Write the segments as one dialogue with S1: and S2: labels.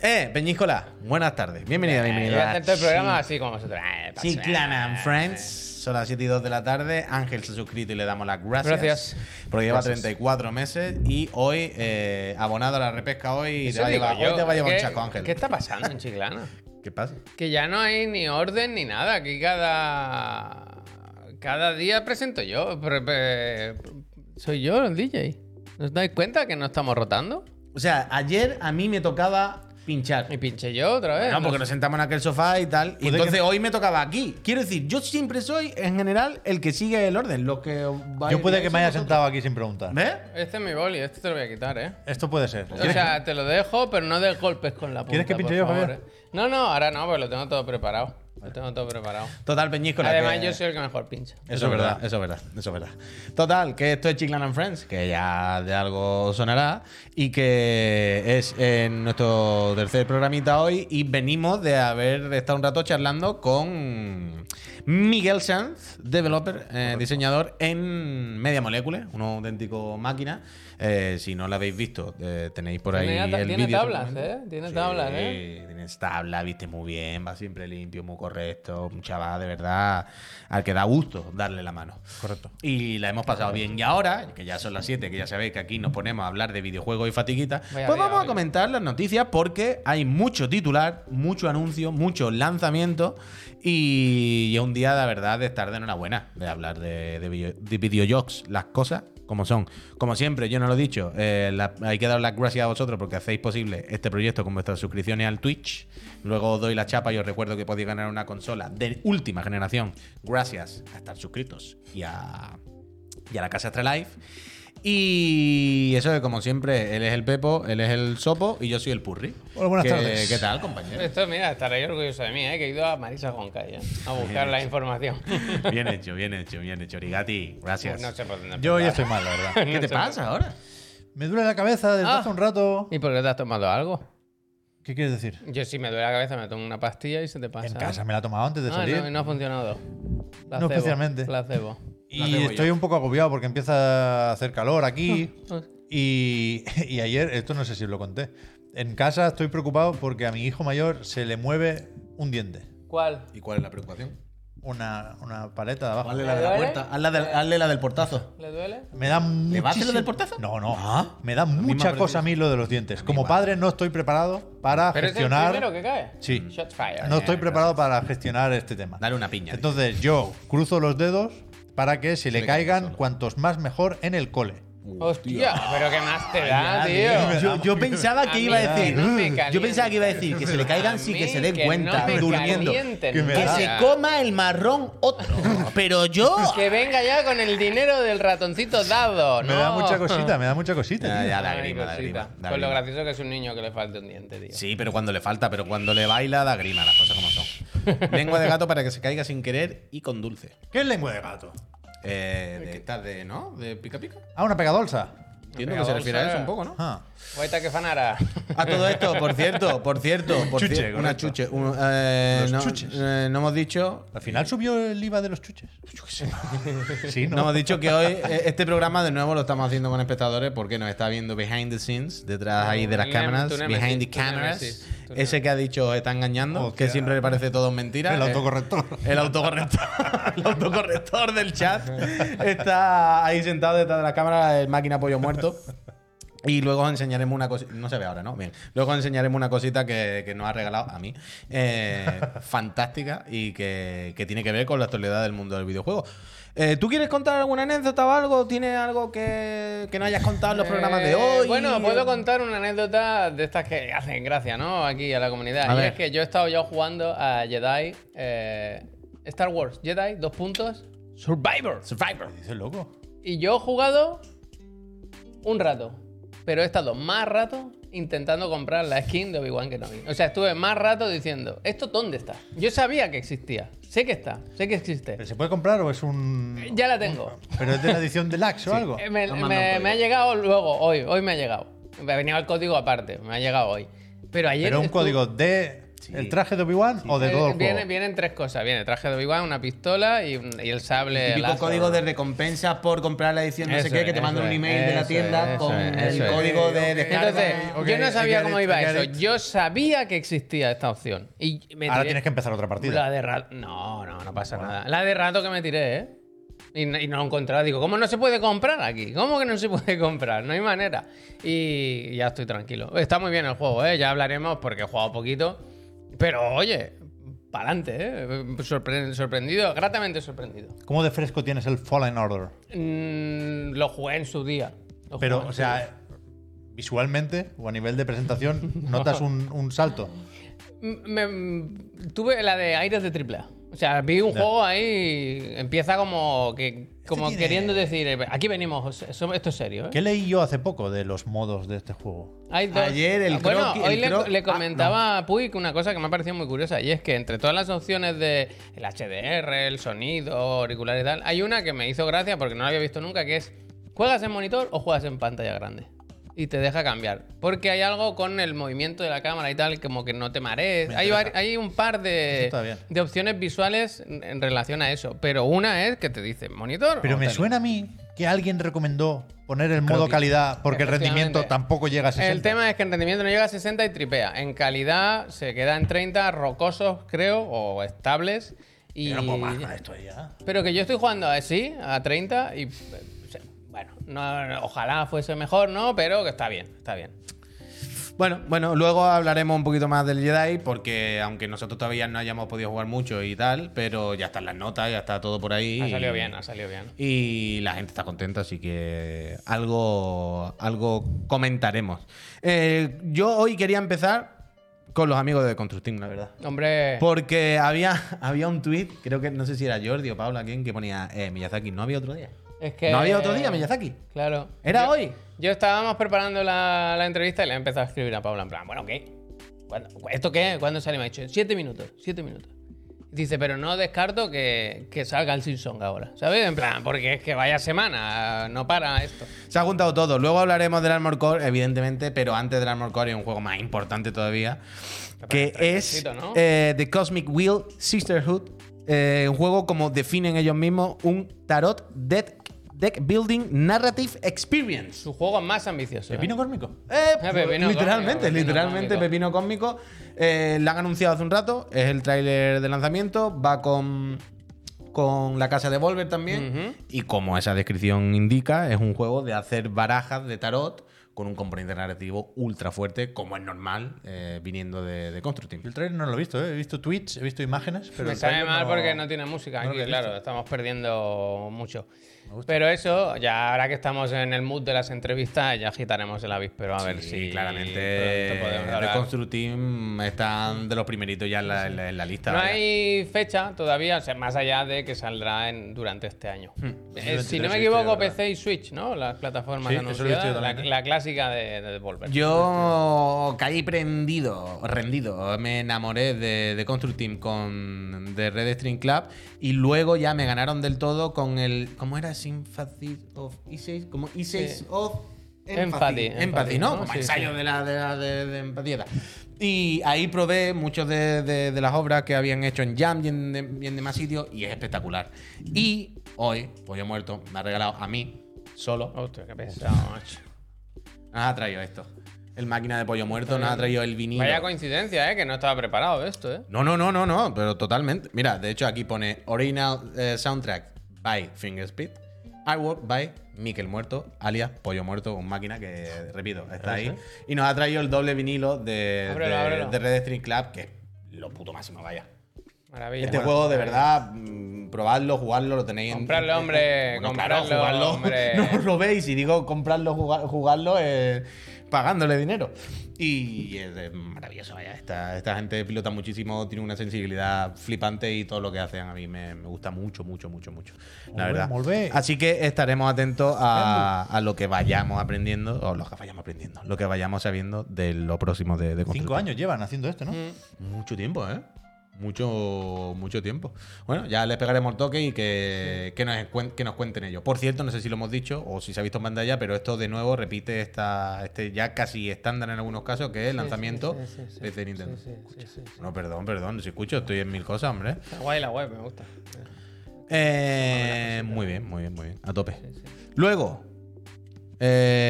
S1: Eh, Peñíscola, buenas tardes. Bienvenida,
S2: Yo Eh, voy a
S1: bienvenida.
S2: hacer todo el programa así como vosotros. Eh, pasa
S1: Chiclan
S2: nada.
S1: and Friends. Son las 7 y 2 de la tarde. Ángel se ha suscrito y le damos las gracias.
S2: Gracias.
S1: Porque lleva
S2: Gracias.
S1: 34 meses y hoy, eh, abonado a la repesca hoy, y te
S2: Eso
S1: va a
S2: digo
S1: llevar,
S2: yo,
S1: hoy te va a llevar un
S2: ¿qué-
S1: chaco, Ángel.
S2: ¿Qué está pasando en Chiclana?
S1: ¿Qué pasa?
S2: Que ya no hay ni orden ni nada. Aquí cada. Cada día presento yo. pre- pre- Soy yo el DJ. ¿Nos dais cuenta que no estamos rotando?
S1: O sea, ayer a mí me tocaba pinchar.
S2: Y pinché yo otra vez.
S1: No, porque nos sentamos en aquel sofá y tal. Y
S3: Puede
S1: entonces
S3: que-
S1: hoy me tocaba aquí. Quiero decir, yo siempre soy, en general, el que sigue el orden. Los que vais-
S3: Yo puede que me haya
S1: vais-
S3: sentado aquí sin preguntar.
S1: ¿Ves?
S2: Este es mi boli, este te lo voy a quitar, ¿eh?
S3: Esto puede ser.
S2: O
S3: ¿Quieres-
S2: sea, te lo dejo, pero no des golpes con la punta.
S3: ¿Quieres que pinche
S2: por
S3: yo,
S2: favor,
S3: Javier?
S2: ¿eh? No, no, ahora no, pues lo tengo todo preparado. Lo tengo todo preparado.
S1: Total, Peñíscola.
S2: Además,
S1: que-
S2: yo soy el que mejor pincha.
S1: Eso es verdad, eso es verdad, eso es verdad. Total, que esto es Chiclan and Friends, que ya de algo sonará, y que es en nuestro tercer programita hoy, y venimos de haber estado un rato charlando con Miguel Sanz, developer, eh, diseñador en Media Molecule, un auténtico máquina. Eh, si no lo habéis visto, eh, tenéis por ahí
S2: Tiene ta-
S1: el
S2: tiene
S1: vídeo
S2: tablas,
S1: seguramente.
S2: ¿eh? Tiene tablas, ¿eh?
S1: Eh, Tienes tabla, viste muy bien, va siempre limpio, muy correcto. Un chaval de verdad al que da gusto darle la mano.
S3: Correcto.
S1: Y la hemos pasado bien. Y ahora, que ya son las 7, que ya sabéis que aquí nos ponemos a hablar de videojuegos y fatiguita,
S2: Vaya
S1: pues
S2: día
S1: vamos a
S2: hoy.
S1: comentar las noticias porque hay mucho titular, mucho anuncio, mucho lanzamiento y es un día, la verdad, de estar de enhorabuena, de hablar de, de, video- de videojuegos, las cosas como son. Como siempre, yo no lo he dicho, eh, la- hay que dar las gracias a vosotros porque hacéis posible este proyecto con vuestras suscripciones al Twitch. Luego os doy la chapa y os recuerdo que podéis ganar una consola de última generación gracias a estar suscritos y a, y a la casa Astralife. Y eso es como siempre, él es el Pepo, él es el Sopo y yo soy el Purri.
S3: Hola, buenas
S1: ¿Qué-
S3: tardes.
S1: ¿Qué tal, compañero?
S2: Esto, mira, estaréis orgulloso de mí, ¿eh? que he ido a Marisa Goncay ¿eh? a buscar la información.
S1: bien hecho, bien hecho, bien hecho. Origati, gracias.
S2: No sé por dónde
S3: Yo hoy
S2: empezar.
S3: estoy mal, la verdad.
S1: ¿Qué te pasa ahora?
S3: Me duele la cabeza desde
S2: Ah.
S3: hace un rato.
S2: ¿Y por qué te has tomado algo?
S3: ¿Qué quieres decir?
S2: Yo sí me duele la cabeza, me tomo una pastilla y se te pasa.
S3: En casa me la he tomado antes de
S2: Ah,
S3: salir.
S2: no, y no ha funcionado. Placebo,
S3: especialmente.
S2: Placebo.
S1: La
S3: Y
S1: tengo yo.
S3: estoy un poco agobiado porque empieza a hacer calor aquí.
S2: ah.
S3: Y, y ayer, esto no sé si os lo conté. En casa estoy preocupado porque a mi hijo mayor se le mueve un diente.
S2: ¿Cuál?
S1: ¿Y cuál es la preocupación?
S3: Una, una paleta de abajo.
S1: Hazle la de la
S2: ¿Duele?
S1: puerta, hazle la, del portazo.
S2: ¿Le duele?
S3: Me da
S1: ¿Le va a hacer lo
S3: muchísimo-
S1: del portazo?
S3: No, no.
S1: Ah.
S3: Me da
S1: me
S3: mucha
S1: ha
S3: cosa a mí lo de los dientes. Como padre no estoy preparado para
S2: ¿Pero es el
S3: gestionar.
S2: primero que cae?
S3: Sí.
S2: Shot fire.
S3: No estoy preparado para gestionar este tema.
S1: Dale una piña.
S3: Entonces yo cruzo los dedos para que se le
S1: le caiga
S3: caigan
S1: solo.
S3: cuantos más mejor en el cole.
S2: Hostia, pero qué más te
S1: Yo-
S2: da, tío.
S1: Yo, yo pensaba
S2: A
S1: que
S2: mí
S1: iba a
S2: que
S1: decir.
S2: no me
S1: yo
S2: calienten.
S1: pensaba que iba a decir que se le caigan sí, que
S2: mí
S1: se den
S2: que
S1: cuenta,
S2: no me
S1: durmiendo.
S2: calienten,
S3: Que me
S1: Que
S2: nada.
S3: da-
S1: se coma el marrón otro. Pero yo.
S2: Que venga ya con el dinero del ratoncito dado.
S3: Me da
S2: no.
S3: mucha cosita, me da mucha cosita.
S1: Ya,
S3: tío.
S1: ya, da
S2: Ay,
S1: grima, da
S2: cosita.
S1: grima, da
S2: Con lo
S1: grima.
S2: gracioso que es un niño que le falta un diente, tío.
S1: Sí, pero cuando le falta, pero cuando le baila da grima, las cosas como son. Lengua de gato para que se caiga sin querer y con dulce.
S3: ¿Qué es lengua de gato?
S1: Eh, de estas de, ¿no? De pica pica.
S3: Ah, una pegadolsa.
S1: Entiendo que se refiere a eso un poco, ¿no?
S3: Ah.
S2: Guaita Pues que fanara.
S1: A todo esto, por cierto, por cierto, por
S3: Chuche,
S1: cier- una
S3: correcto.
S1: chuche. un- eh,
S3: Los
S1: no,
S3: chuches.
S1: eh, no hemos dicho.
S3: Al final subió el IVA de los chuches. sí,
S1: No.
S3: ¿no?
S1: hemos dicho que hoy eh, este programa de nuevo lo estamos haciendo con espectadores porque nos está viendo behind the scenes, detrás ahí de las
S2: Tú
S1: cámaras,
S2: nemesis,
S1: behind the
S2: tú nemesis,
S1: cameras.
S2: tú nemesis.
S1: Ese que ha dicho "Os está engañando,
S3: Hostia.
S1: que siempre le parece todo mentira.
S3: el
S1: Eh,
S3: autocorrector.
S1: El autocorrector, el autocorrector del chat está ahí sentado detrás de la cámara, el máquina pollo muerto. Y luego os enseñaremos una cosita. No se ve ahora, ¿no? Bien. Luego os enseñaremos una cosita que, que nos ha regalado a mí. eh, fantástica y que, que tiene que ver con la actualidad del mundo del videojuego. Eh, ¿Tú quieres contar alguna anécdota o algo? ¿Tienes algo que, que no hayas contado en los programas de
S2: Eh,
S1: hoy?
S2: Bueno, puedo contar una anécdota de estas que hacen gracia, ¿no? Aquí a la comunidad.
S1: A
S2: y
S1: ver.
S2: es que yo he estado yo jugando a Jedi. eh, Star Wars, Jedi, dos puntos. Survivor.
S1: Survivor.
S3: Dice loco.
S2: Y yo he jugado un rato. Pero he estado más rato intentando comprar la skin de Obi-Wan Kenobi. O sea, estuve más rato diciendo, ¿esto dónde está? Yo sabía que existía. Sé que está. Sé que existe.
S3: ¿Pero ¿Se puede comprar o es un.?
S2: Eh, Ya la tengo.
S3: ¿Pero es de la edición deluxe o algo?
S2: Eh, Me,
S1: Nos mandan
S2: me-
S1: código.
S2: me ha llegado luego, hoy. Hoy me ha llegado. Me ha venido el código aparte. Me ha llegado hoy. Pero ayer.
S3: Pero un
S2: estuve-
S3: código de.
S1: Sí.
S3: ¿El traje de Obi-Wan o de
S2: Eh,
S3: todo el
S2: viene,
S3: juego?
S2: vienen tres cosas. Viene traje de Obi-Wan, una pistola y, un- y el sable.
S1: Típico
S2: láser.
S1: código de recompensas por comprar la edición no sé
S2: Eso
S1: qué,
S2: es,
S1: que te
S2: eso
S1: mandan un
S2: es,
S1: email de la
S2: eso
S1: tienda
S2: es,
S1: con
S2: eso es,
S1: el
S2: eso es.
S1: código de descarga.
S2: Entonces,
S3: Ok,
S2: yo no
S3: I
S2: sabía
S3: get
S2: cómo
S3: it,
S2: iba
S3: I get
S2: eso.
S3: it.
S2: Yo sabía que existía esta opción. Y me
S3: Ahora
S2: tiré-
S3: tienes que empezar otra partida.
S2: La de rato. No, no, no pasa nada. La de rato que me tiré, ¿eh? Y, no- y no lo encontraba. Digo, ¿cómo no se puede comprar aquí? ¿Cómo que no se puede comprar? No hay manera. Y ya estoy tranquilo. Está muy bien el juego, ¿eh? Ya hablaremos porque he jugado poquito. Pero oye, para adelante, ¿eh? Sorpre- sorprendido, gratamente sorprendido.
S3: ¿Cómo de fresco tienes el Fallen Order?
S2: Mm, lo jugué en su día. Lo jugué
S3: Pero,
S2: en
S3: o
S2: su día.
S3: sea, visualmente o a nivel de presentación, notas un, un salto.
S2: Me- me- tuve la de aires de triple A. O sea, vi un juego ahí, empieza como que como
S3: tiene-
S2: queriendo decir, eh, aquí venimos, José, eso- esto es serio. ¿eh?
S3: ¿Qué leí yo hace poco de los modos de este juego?
S2: Hay dos-
S1: Ayer el
S2: Bueno,
S1: croqui-
S2: hoy
S1: el
S2: le,
S1: cro-
S2: le
S1: Ah,
S2: comentaba a Puig una cosa que me ha parecido muy curiosa y es que entre todas las opciones de el HDR, el sonido, auricular y tal, hay una que me hizo gracia porque no la había visto nunca que es ¿juegas en monitor o juegas en pantalla grande? Y te deja cambiar. Porque hay algo con el movimiento de la cámara y tal, como que no te marees.
S3: Me
S2: Hay,
S3: interesa.
S2: vari- hay un par
S3: Eso
S2: de,
S3: está bien.
S2: de opciones visuales en, en relación a eso. Pero una es que te dice monitor.
S3: Pero
S2: o
S3: me
S2: tele?
S3: suena a mí que alguien recomendó poner el modo
S1: que-
S3: calidad porque el
S2: Efectivamente.
S3: rendimiento tampoco llega a 60.
S2: El tema es que en rendimiento no llega a 60 y tripea. En calidad se queda en 30 rocosos, creo, o estables. Y...
S3: Yo no puedo más con esto ya.
S2: Pero que yo estoy jugando así, a 30, y. eh, o sea, Bueno, no- no, ojalá fuese mejor, ¿no? Pero que está bien, está bien.
S1: Bueno, bueno, luego hablaremos un poquito más del Jedi, porque aunque nosotros todavía no hayamos podido jugar mucho y tal, pero ya están las notas, ya está todo por ahí.
S2: Ha
S1: y-
S2: salido bien, ha salido bien.
S1: Y la gente está contenta, así que algo, algo comentaremos. Eh, yo hoy quería empezar con los amigos de Constructing, la verdad.
S2: Hombre.
S1: Porque había, había un tweet, creo que no sé si era Jordi o Paula quien, que ponía eh, Miyazaki, no había otro día.
S2: Es que-
S1: No había otro día, Miyazaki.
S2: Claro.
S1: ¿Era
S2: Yo-
S1: hoy?
S2: Yo estábamos preparando la, la entrevista y le he empezado a escribir a Paula en plan, bueno, ¿qué? ¿Cuándo- ¿Esto qué? ¿Cuándo sale? Me ha dicho, siete minutos, siete minutos. Dice, pero no descarto que, que salga el Simpson ahora, ¿sabes? En plan, porque es que vaya semana, no para esto.
S1: Se ha juntado todo. Luego hablaremos del Armor Core, evidentemente, pero antes del Armor Core hay un juego más importante todavía, que es
S2: trailercito, ¿no?
S1: eh, The Cosmic Wheel Sisterhood. Eh, un juego, como definen ellos mismos, un tarot deck, deck building narrative experience.
S2: Su juego es más ambicioso. ¿eh?
S3: ¿Pepino córmico?
S1: Eh,
S2: Eh,
S1: literalmente,
S2: pepino cósmico, pepino
S1: literalmente,
S2: cósmico.
S1: pepino cósmico. Eh, la han anunciado hace un rato, es el tráiler de lanzamiento, va con, con la casa de Volver también.
S2: Ujú.
S1: Y como esa descripción indica, es un juego de hacer barajas de tarot con un componente narrativo ultra fuerte, como es normal eh, viniendo de, de Constructing.
S3: Yo el trailer no lo he visto, ¿eh? he visto tweets, he visto imágenes, pero
S2: Me
S3: el
S2: sabe
S3: tráiler
S2: mal porque no tiene música
S3: no lo
S2: aquí,
S3: he visto.
S2: claro, estamos perdiendo mucho. Pero eso, ya ahora que estamos en el mood de las entrevistas, ya agitaremos el avispero a ver si
S1: claramente
S2: pronto podemos
S1: de
S2: hablar.
S1: Constructing están de los primeritos ya en la, en la- en la lista.
S2: No
S1: vaya.
S2: hay fecha todavía, o sea, más allá de que saldrá en- durante este año. Eh, si
S3: 2023,
S2: no me
S3: sí,
S2: equivoco,
S3: es verdad.
S2: PC y Switch, ¿no? Las plataformas
S3: Sí, eso lo he visto yo
S2: anunciadas, la,
S3: también, ¿eh?
S2: la clásica de, de Devolver.
S1: Yo caí prendido, rendido. Me enamoré de, de Construct Team con de Red String Club y luego ya me ganaron del todo con el ¿cómo era? Sympathy of E6, como E6
S2: Sí.
S1: of
S2: Empathy,
S1: Empathy, empathy,
S2: empathy,
S1: ¿no?
S2: ¿no?
S1: Como
S2: Sí,
S1: ensayo
S2: sí.
S1: de la de, la- de- de empatía. y tal. Y ahí probé muchos de, de- de las obras que habían hecho en Jam y en, de- y en demás sitios y es espectacular. Y hoy, Pollo Muerto me ha regalado a mí, solo,
S2: Hostia, qué pesado, macho.
S1: nos ha traído esto. El máquina de pollo muerto nos ha traído el vinilo.
S2: Vaya coincidencia, ¿eh? Que no estaba preparado esto, ¿eh?
S1: No, no, no, no, no, pero totalmente. Mira, de hecho aquí pone Original eh, Soundtrack by Fingerspeed, Artwork by Miquel Muerto, alias Pollo Muerto, un máquina que, repito, está ahí. Y nos ha traído el doble vinilo de,
S2: Ábrelo,
S1: de-
S2: ábrelo.
S1: de Red String Club, que es lo puto máximo, vaya.
S2: Maravilla.
S1: Este juego, de verdad, mm, probadlo, jugarlo, lo tenéis en-
S2: Comprarlo,
S1: en.
S2: hombre,
S1: Bueno,
S2: comprarlo, hombre.
S1: No os lo veis, y digo comprarlo, jugar- jugarlo, eh, pagándole dinero. Y es eh, maravilloso, vaya. Esta, esta gente pilota muchísimo, tiene una sensibilidad flipante y todo lo que hacen a mí me, me gusta mucho, mucho, mucho, mucho. La
S3: Molt bé,
S1: verdad.
S3: molt bé.
S1: Así que estaremos atentos a, a lo que vayamos aprendiendo, o lo que vayamos aprendiendo, lo que vayamos sabiendo de lo próximo de, de
S3: Cinco
S1: Constructing.
S2: Mm.
S3: años llevan haciendo esto, ¿no?
S1: Mucho tiempo, ¿eh? mucho, mucho tiempo. Bueno, ya les pegaremos el toque y que, que nos, encuen- que nos cuenten ellos. Por cierto, no sé si lo hemos dicho o si se ha visto en pantalla, pero esto de nuevo repite esta, este ya casi estándar en algunos casos, que es el lanzamiento
S2: sí, sí, sí,
S1: de Nintendo.
S2: Sí, sí, sí, sí, sí.
S1: No, perdón, perdón, si escucho, estoy en mil cosas, hombre.
S2: Está guay la web, me gusta.
S1: Eh, muy bien, muy bien, muy bien. A tope. Luego.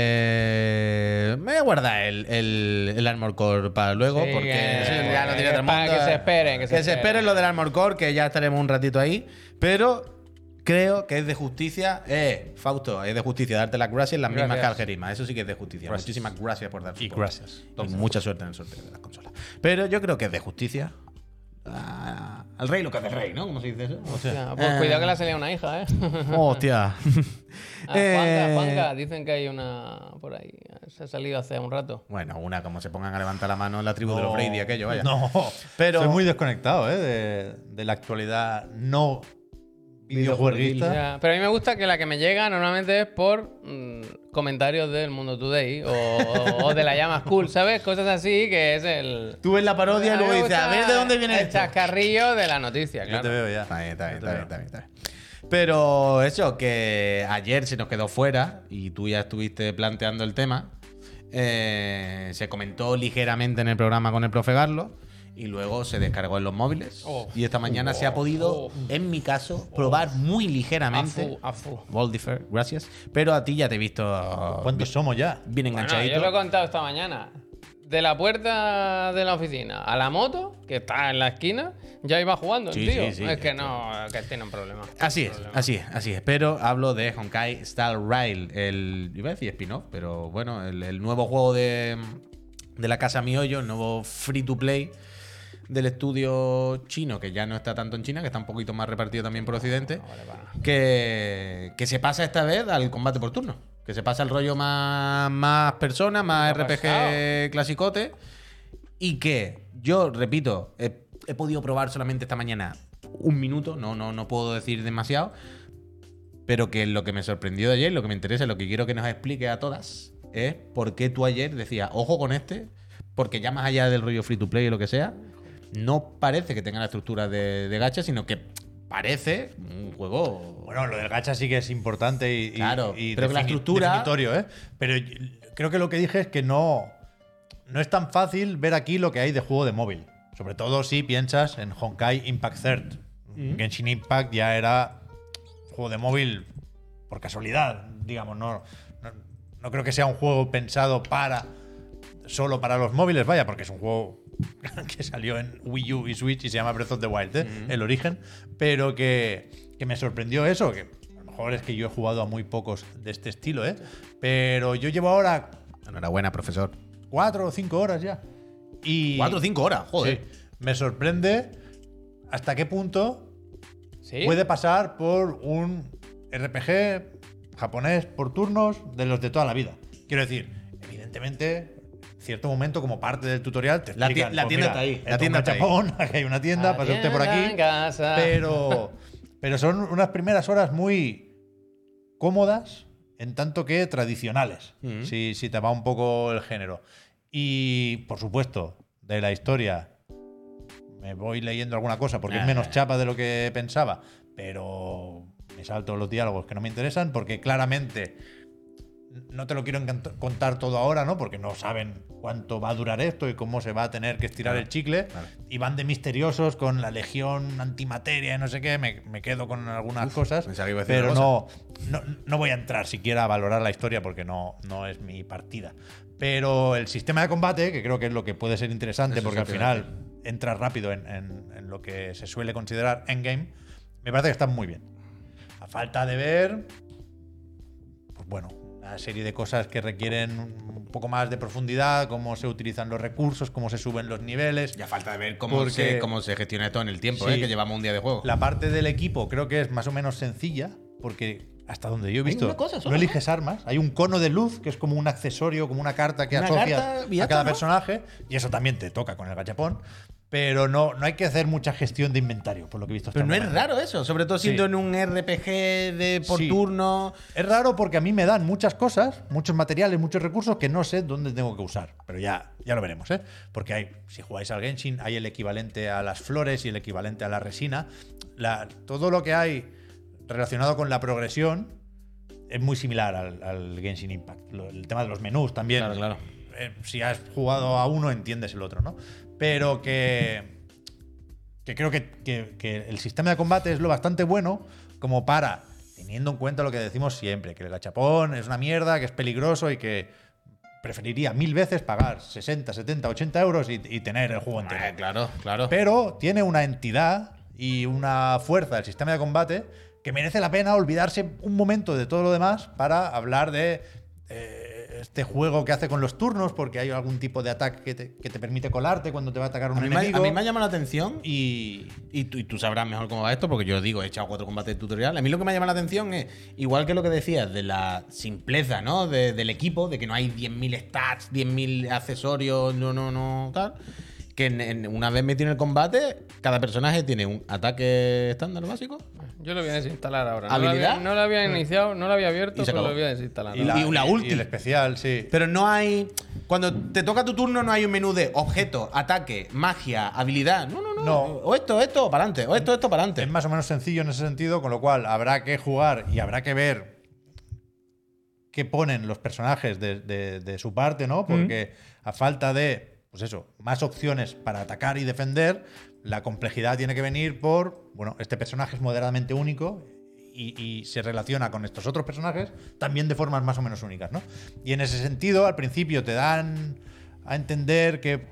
S1: eh, me voy a guardar el, el, el Armor Core para luego,
S2: Sí,
S1: Oh, porque
S2: eh,
S1: eso ya lo tiene
S2: eh,
S1: todo el
S2: para
S1: mundo.
S2: que se esperen, que se esperen.
S1: lo del Armor Core, que ya estaremos un ratito ahí. Pero creo que es de justicia. Eh, Fausto, es de justicia darte las gracias las mismas que
S2: Gracias.
S1: Algerima. Eso sí que es de justicia.
S3: Gracias.
S1: Muchísimas gracias por dar
S3: Y
S1: soporte.
S3: gracias.
S1: Don, mucha suerte en el sorteo de las consolas. Pero yo creo que es de justicia. ah, al rey lo que hace el rey, ¿no? ¿Cómo se dice eso?
S2: Ya, pues
S1: Eh.
S2: cuidado que le ha salido una hija, ¿eh?
S3: Ah,
S1: Hostia. Eh,
S2: A Juanca, Juanca, dicen que hay una por ahí. Se ha salido hace un rato.
S1: Bueno, una, como se pongan a levantar la mano en la tribu de
S3: No.
S1: los Brady, aquello, vaya.
S3: No,
S1: Pero-
S3: pero. Soy muy desconectado, ¿eh? De, de la actualidad no videojueguista.
S2: Ya, Pero a mí me gusta que la que me llega normalmente es por mm, comentarios del Mundo Today o, o de la llama cool, ¿sabes? Cosas así que es el.
S1: Tú ves la parodia y luego
S2: me
S1: dices, a
S2: gusta
S1: ver de dónde viene
S2: El
S1: esto.
S2: chascarrillo de la noticia,
S3: Yo te
S2: claro.
S3: veo ya.
S1: Está bien, está bien,
S3: Yo te
S1: está bien,
S3: veo.
S1: está bien, está bien. Pero eso, que ayer se nos quedó fuera y tú ya estuviste planteando el tema. Eh, se comentó ligeramente en el programa con el profe Garlo y luego se descargó en los móviles.
S2: Oh.
S1: Y esta mañana se ha podido,
S2: Oh.
S1: en mi caso, probar muy ligeramente.
S2: Afu, afu.
S1: Voldifer, gracias. Pero a ti ya te he visto
S3: ¿Cuántos somos ya?
S1: bien
S2: Bueno,
S1: enganchadito.
S2: yo lo he contado esta mañana. De la puerta de la oficina a la moto, que está en la esquina, ya iba jugando, el
S1: Sí,
S2: tío.
S1: sí, Ah, sí,
S2: es
S1: ya
S2: que no, que tiene un problema.
S1: Así es, así es, así es. Pero hablo de Honkai Star Rail, el. iba a decir spin-off, pero bueno, el, el nuevo juego de, de la casa Miollo, el nuevo free to play del estudio chino, que ya no está tanto en China, que está un poquito más repartido también por Occidente,
S2: Vale, va.
S1: que, que se pasa esta vez al combate por turno. Que se pasa el rollo más, más persona, más
S2: Lo ha
S1: RPG
S2: pasado.
S1: clasicote. Y que yo, repito, he, he podido probar solamente esta mañana un minuto, no, no, no puedo decir demasiado. Pero que lo que me sorprendió de ayer, lo que me interesa, lo que quiero que nos explique a todas, es por qué tú ayer decías, ojo con este, porque ya más allá del rollo free to play o lo que sea, no parece que tenga la estructura de, de gacha, sino que parece un juego.
S3: Bueno, lo del gacha sí que es importante y, y-
S1: Claro,
S3: y
S1: pero que la
S3: defini-
S1: estructura-
S3: definitorio, ¿eh? Pero yo- creo que lo que dije es que no, no es tan fácil ver aquí lo que hay de juego de móvil. Sobre todo si piensas en Honkai Impact Third.
S1: Mm.
S3: Genshin Impact ya era juego de móvil por casualidad, digamos. No, no, no creo que sea un juego pensado para solo para los móviles, vaya, porque es un juego que salió en Wii U y Switch y se llama Breath of the Wild, ¿eh? el origen, pero que, que me sorprendió eso, que a lo mejor es que yo he jugado a muy pocos de este estilo, ¿eh? pero yo llevo ahora
S1: Enhorabuena, profesor.
S3: cuatro o cinco horas ya. Y
S1: Cuatro o cinco horas, joder.
S3: Sí, me sorprende hasta qué punto
S2: ¿Sí?
S3: puede pasar por un RPG japonés por turnos de los de toda la vida. Quiero decir, evidentemente, en cierto momento, como parte del tutorial, te
S1: La ti-
S3: explican, "Oh,
S1: la tienda
S3: mira,
S1: está ahí, la
S3: esto
S1: tienda
S3: es
S1: está ahí.
S3: Japón, aquí hay una tienda, pase usted por
S2: Atienda
S3: aquí.
S2: en casa.
S3: Pero, pero son unas primeras horas muy cómodas, en tanto que tradicionales,
S1: Mm.
S3: si, si te va un poco el género. Y, por supuesto, de la historia, me voy leyendo alguna cosa porque
S1: Nah.
S3: es menos chapa de lo que pensaba, pero me salto los diálogos que no me interesan porque claramente no te lo quiero encant- contar todo ahora, ¿no? Porque no saben cuánto va a durar esto y cómo se va a tener que estirar el chicle. Y van de misteriosos con la legión antimateria y no sé qué. Me, me quedo con algunas cosas.
S1: pensaba que iba a decir
S3: Pero
S1: otra
S3: no, no, no voy a entrar siquiera a valorar la historia porque no, no es mi partida. Pero el sistema de combate, que creo que es lo que puede ser interesante,
S1: Eso
S3: porque
S1: sí
S3: al
S1: te iba a
S3: final entras rápido en, en- en lo que se suele considerar endgame, me parece que está muy bien. A falta de ver, pues bueno, una serie de cosas que requieren un poco más de profundidad, cómo se utilizan los recursos, cómo se suben los niveles.
S1: Ya falta de ver cómo,
S3: Porque-
S1: se, cómo se gestiona esto en el tiempo,
S3: Sí.
S1: ¿eh? que llevamos un día de juego.
S3: La parte del equipo creo que es más o menos sencilla, porque hasta donde yo he visto,
S1: una cosa solo,
S3: no eliges armas. Hay un cono de luz que es como un accesorio, como una carta que
S1: Una
S3: asocias
S1: carta y ya
S3: a cada
S1: está, ¿no?
S3: personaje, y eso también te toca con el gachapón. Pero no, no hay que hacer mucha gestión de inventario, por lo que he visto. hasta
S1: Pero no
S3: el
S1: es
S3: momento.
S1: raro eso, sobre todo siendo
S3: Sí.
S1: en un RPG de por
S3: Sí.
S1: turno.
S3: Es raro porque a mí me dan muchas cosas, muchos materiales, muchos recursos que no sé dónde tengo que usar. Pero ya, ya lo veremos, ¿eh? Porque hay, si jugáis al Genshin, hay el equivalente a las flores y el equivalente a la resina. La- todo lo que hay relacionado con la progresión es muy similar al, al Genshin Impact. Lo- el tema de los menús también.
S1: Claro, claro.
S3: Eh, si has jugado a uno, entiendes el otro, ¿no? Pero que que creo que, que- que el sistema de combate es lo bastante bueno como para, teniendo en cuenta lo que decimos siempre, que el gachapón es una mierda, que es peligroso y que preferiría mil veces pagar 60, 70, 80 euros y, y tener el juego entero.
S1: Eh, claro, claro.
S3: Pero tiene una entidad y una fuerza del sistema de combate que merece la pena olvidarse un momento de todo lo demás para hablar de eh, este juego que hace con los turnos, porque hay algún tipo de ataque que te, que te permite colarte cuando te va a atacar un
S1: a, mí me, ha-
S3: enemigo.
S1: a mí me ha llamado la atención
S3: y,
S1: Y tú, y tú sabrás mejor cómo va esto, porque yo digo, he echado cuatro combates de tutorial. A mí lo que me llama la atención es, igual que lo que decías, de la simpleza, ¿no? De- del equipo, de que no hay 10.000 stats, 10.000 accesorios, no, no, no, tal. Que en- en- una vez metido en el combate, cada personaje tiene un ataque estándar básico
S2: Yo lo voy a desinstalar ahora. No lo
S1: ¿Habilidad?
S2: había, no lo había iniciado, no lo había abierto,
S1: Y se
S2: pero lo
S1: acabó.
S2: voy a desinstalar.
S1: Y la- ulti.
S3: el especial, sí.
S1: Pero no hay. Cuando te toca tu turno, no hay un menú de objeto, ataque, magia, habilidad. No, no, no.
S3: No.
S1: O esto, esto, para adelante. O esto, esto, para
S3: es
S1: adelante.
S3: más o menos sencillo en ese sentido, con lo cual habrá que jugar y habrá que ver qué ponen los personajes de, de- de su parte, ¿no? Porque a falta de, pues eso, más opciones para atacar y defender, la complejidad tiene que venir por, bueno, este personaje es moderadamente único. Y, y se relaciona con estos otros personajes también de formas más o menos únicas, ¿no? Y en ese sentido, al principio te dan a entender que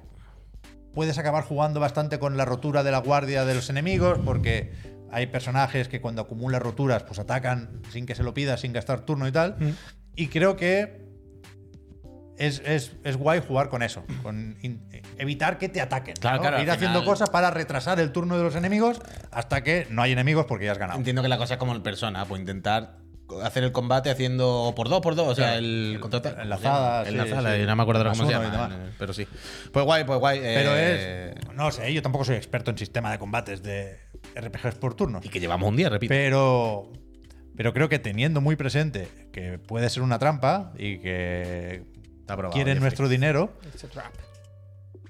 S3: puedes acabar jugando bastante con la rotura de la guardia de los enemigos, porque hay personajes que cuando acumulan roturas, pues atacan sin que se lo pidas, sin gastar turno y tal. Y creo que es, es- es guay jugar con eso, con in- evitar que te ataquen.
S1: Claro,
S3: ¿no?
S1: claro, al
S3: Ir haciendo
S1: final-
S3: cosas para retrasar el turno de los enemigos hasta que no hay enemigos porque ya has ganado.
S1: Entiendo que la cosa es como el persona, pues intentar hacer el combate haciendo por dos, por dos, o sea,
S3: Claro.
S1: el contrata.
S3: Enlazada, sí,
S1: Enlazada,
S3: sí.
S1: y no me acuerdo ahora
S3: Más
S1: cómo se
S3: uno y
S1: llama.
S3: demás.
S1: Pero sí. Pues guay, pues guay.
S3: Pero
S1: eh,
S3: es. No sé, yo tampoco soy experto en sistema de combates de RPGs por turnos.
S1: Y que llevamos un día, repito.
S3: Pero, pero creo que teniendo muy presente que puede ser una trampa y que
S1: Está aprobado,
S3: quieren
S1: Jeffrey.
S3: nuestro dinero,
S2: It's a trap.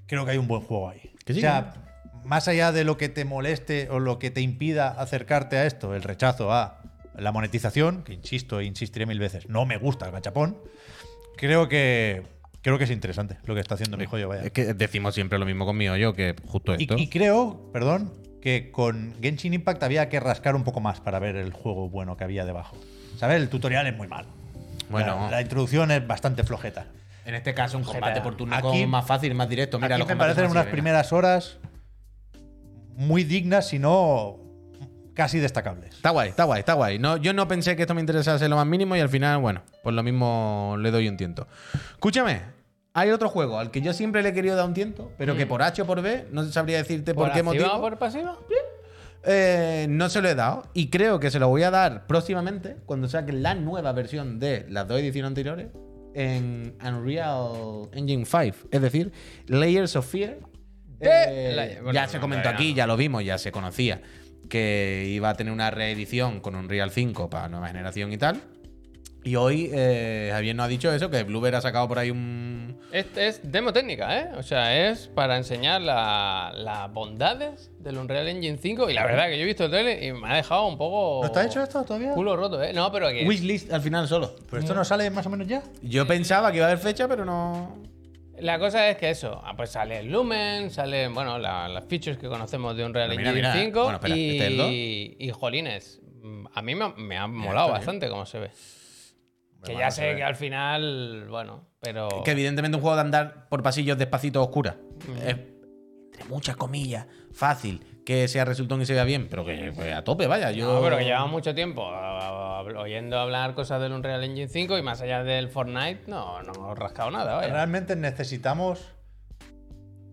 S3: creo que hay un buen juego ahí.
S1: Que sí,
S3: o sea, más allá de lo que te moleste o lo que te impida acercarte a esto, el rechazo a la monetización, que insisto e insistiré mil veces, no me gusta el gachapón, creo que creo que es interesante lo que está haciendo mi joyo, vaya.
S1: Es que decimos siempre lo mismo con mi hoyo, que justo
S3: Y,
S1: esto.
S3: y creo, perdón, que con Genshin Impact había que rascar un poco más para ver el juego bueno que había debajo. ¿Sabes? El tutorial es muy malo.
S1: Bueno.
S3: La, la introducción es bastante flojeta.
S1: en este caso, un combate por turno
S3: Aquí-
S1: más fácil, más directo. Pues Mira,
S3: Aquí
S1: los
S3: me
S1: combates
S3: parecen
S1: son
S3: unas
S1: así, venga.
S3: primeras horas muy dignas, si no casi destacables.
S1: Está guay, está guay, está guay. No, yo no pensé que esto me interesase lo más mínimo y al final, bueno, pues lo mismo le doy un tiento. Escúchame, hay otro juego al que yo siempre le he querido dar un tiento, pero que por H o por B, no sabría decirte por,
S2: Mm. ¿Por,
S1: qué
S2: activa
S1: motivo,
S2: o por pasiva?
S1: eh, no se lo he dado. Y creo que se lo voy a dar próximamente, cuando saque la nueva versión de las dos ediciones anteriores, en Unreal Engine 5. Es decir, Layers of Fear. Eh,
S2: la- bueno,
S1: ya se
S2: no,
S1: comentó
S2: todavía
S1: aquí,
S2: no.
S1: ya lo vimos, ya se conocía que iba a tener una reedición con un Real 5 para nueva generación y tal. Y hoy eh, Javier nos ha dicho eso, que Bluebird ha sacado por ahí un...
S2: Este es demo técnica, ¿eh? O sea, es para enseñar la- las bondades del Unreal Engine 5. Y la verdad que yo he visto el trailer y me ha dejado un poco.
S3: ¿No está hecho esto todavía?
S2: Culo roto, ¿eh? No, pero que.
S1: Wishlist al final solo.
S3: ¿Pero esto no sale más o menos ya?
S1: Yo pensaba que iba a haber fecha, pero no...
S2: La cosa es que eso, ah, pues sale el Lumen, salen, bueno, la- las features que conocemos de Unreal
S1: Mira,
S2: Engine
S1: mira.
S2: 5
S1: Bueno, espera,
S2: y,
S1: ¿este es el dos?
S2: y jolines. mm, A mí me, me ha molado
S1: está bien.
S2: bastante cómo se ve. Que
S3: bueno,
S2: ya
S3: se
S2: sé
S3: ve.
S2: que al final, bueno, pero...
S1: Que evidentemente un juego de andar por pasillos despacito oscura. Es, entre muchas comillas, fácil. Que sea resultón y se vea bien, pero que pues, a tope, vaya. Yo...
S2: No, pero que llevamos mucho tiempo ah, ah, oyendo hablar cosas del Unreal Engine 5 y más allá del Fortnite no, no hemos rascado nada, vaya.
S3: Realmente necesitamos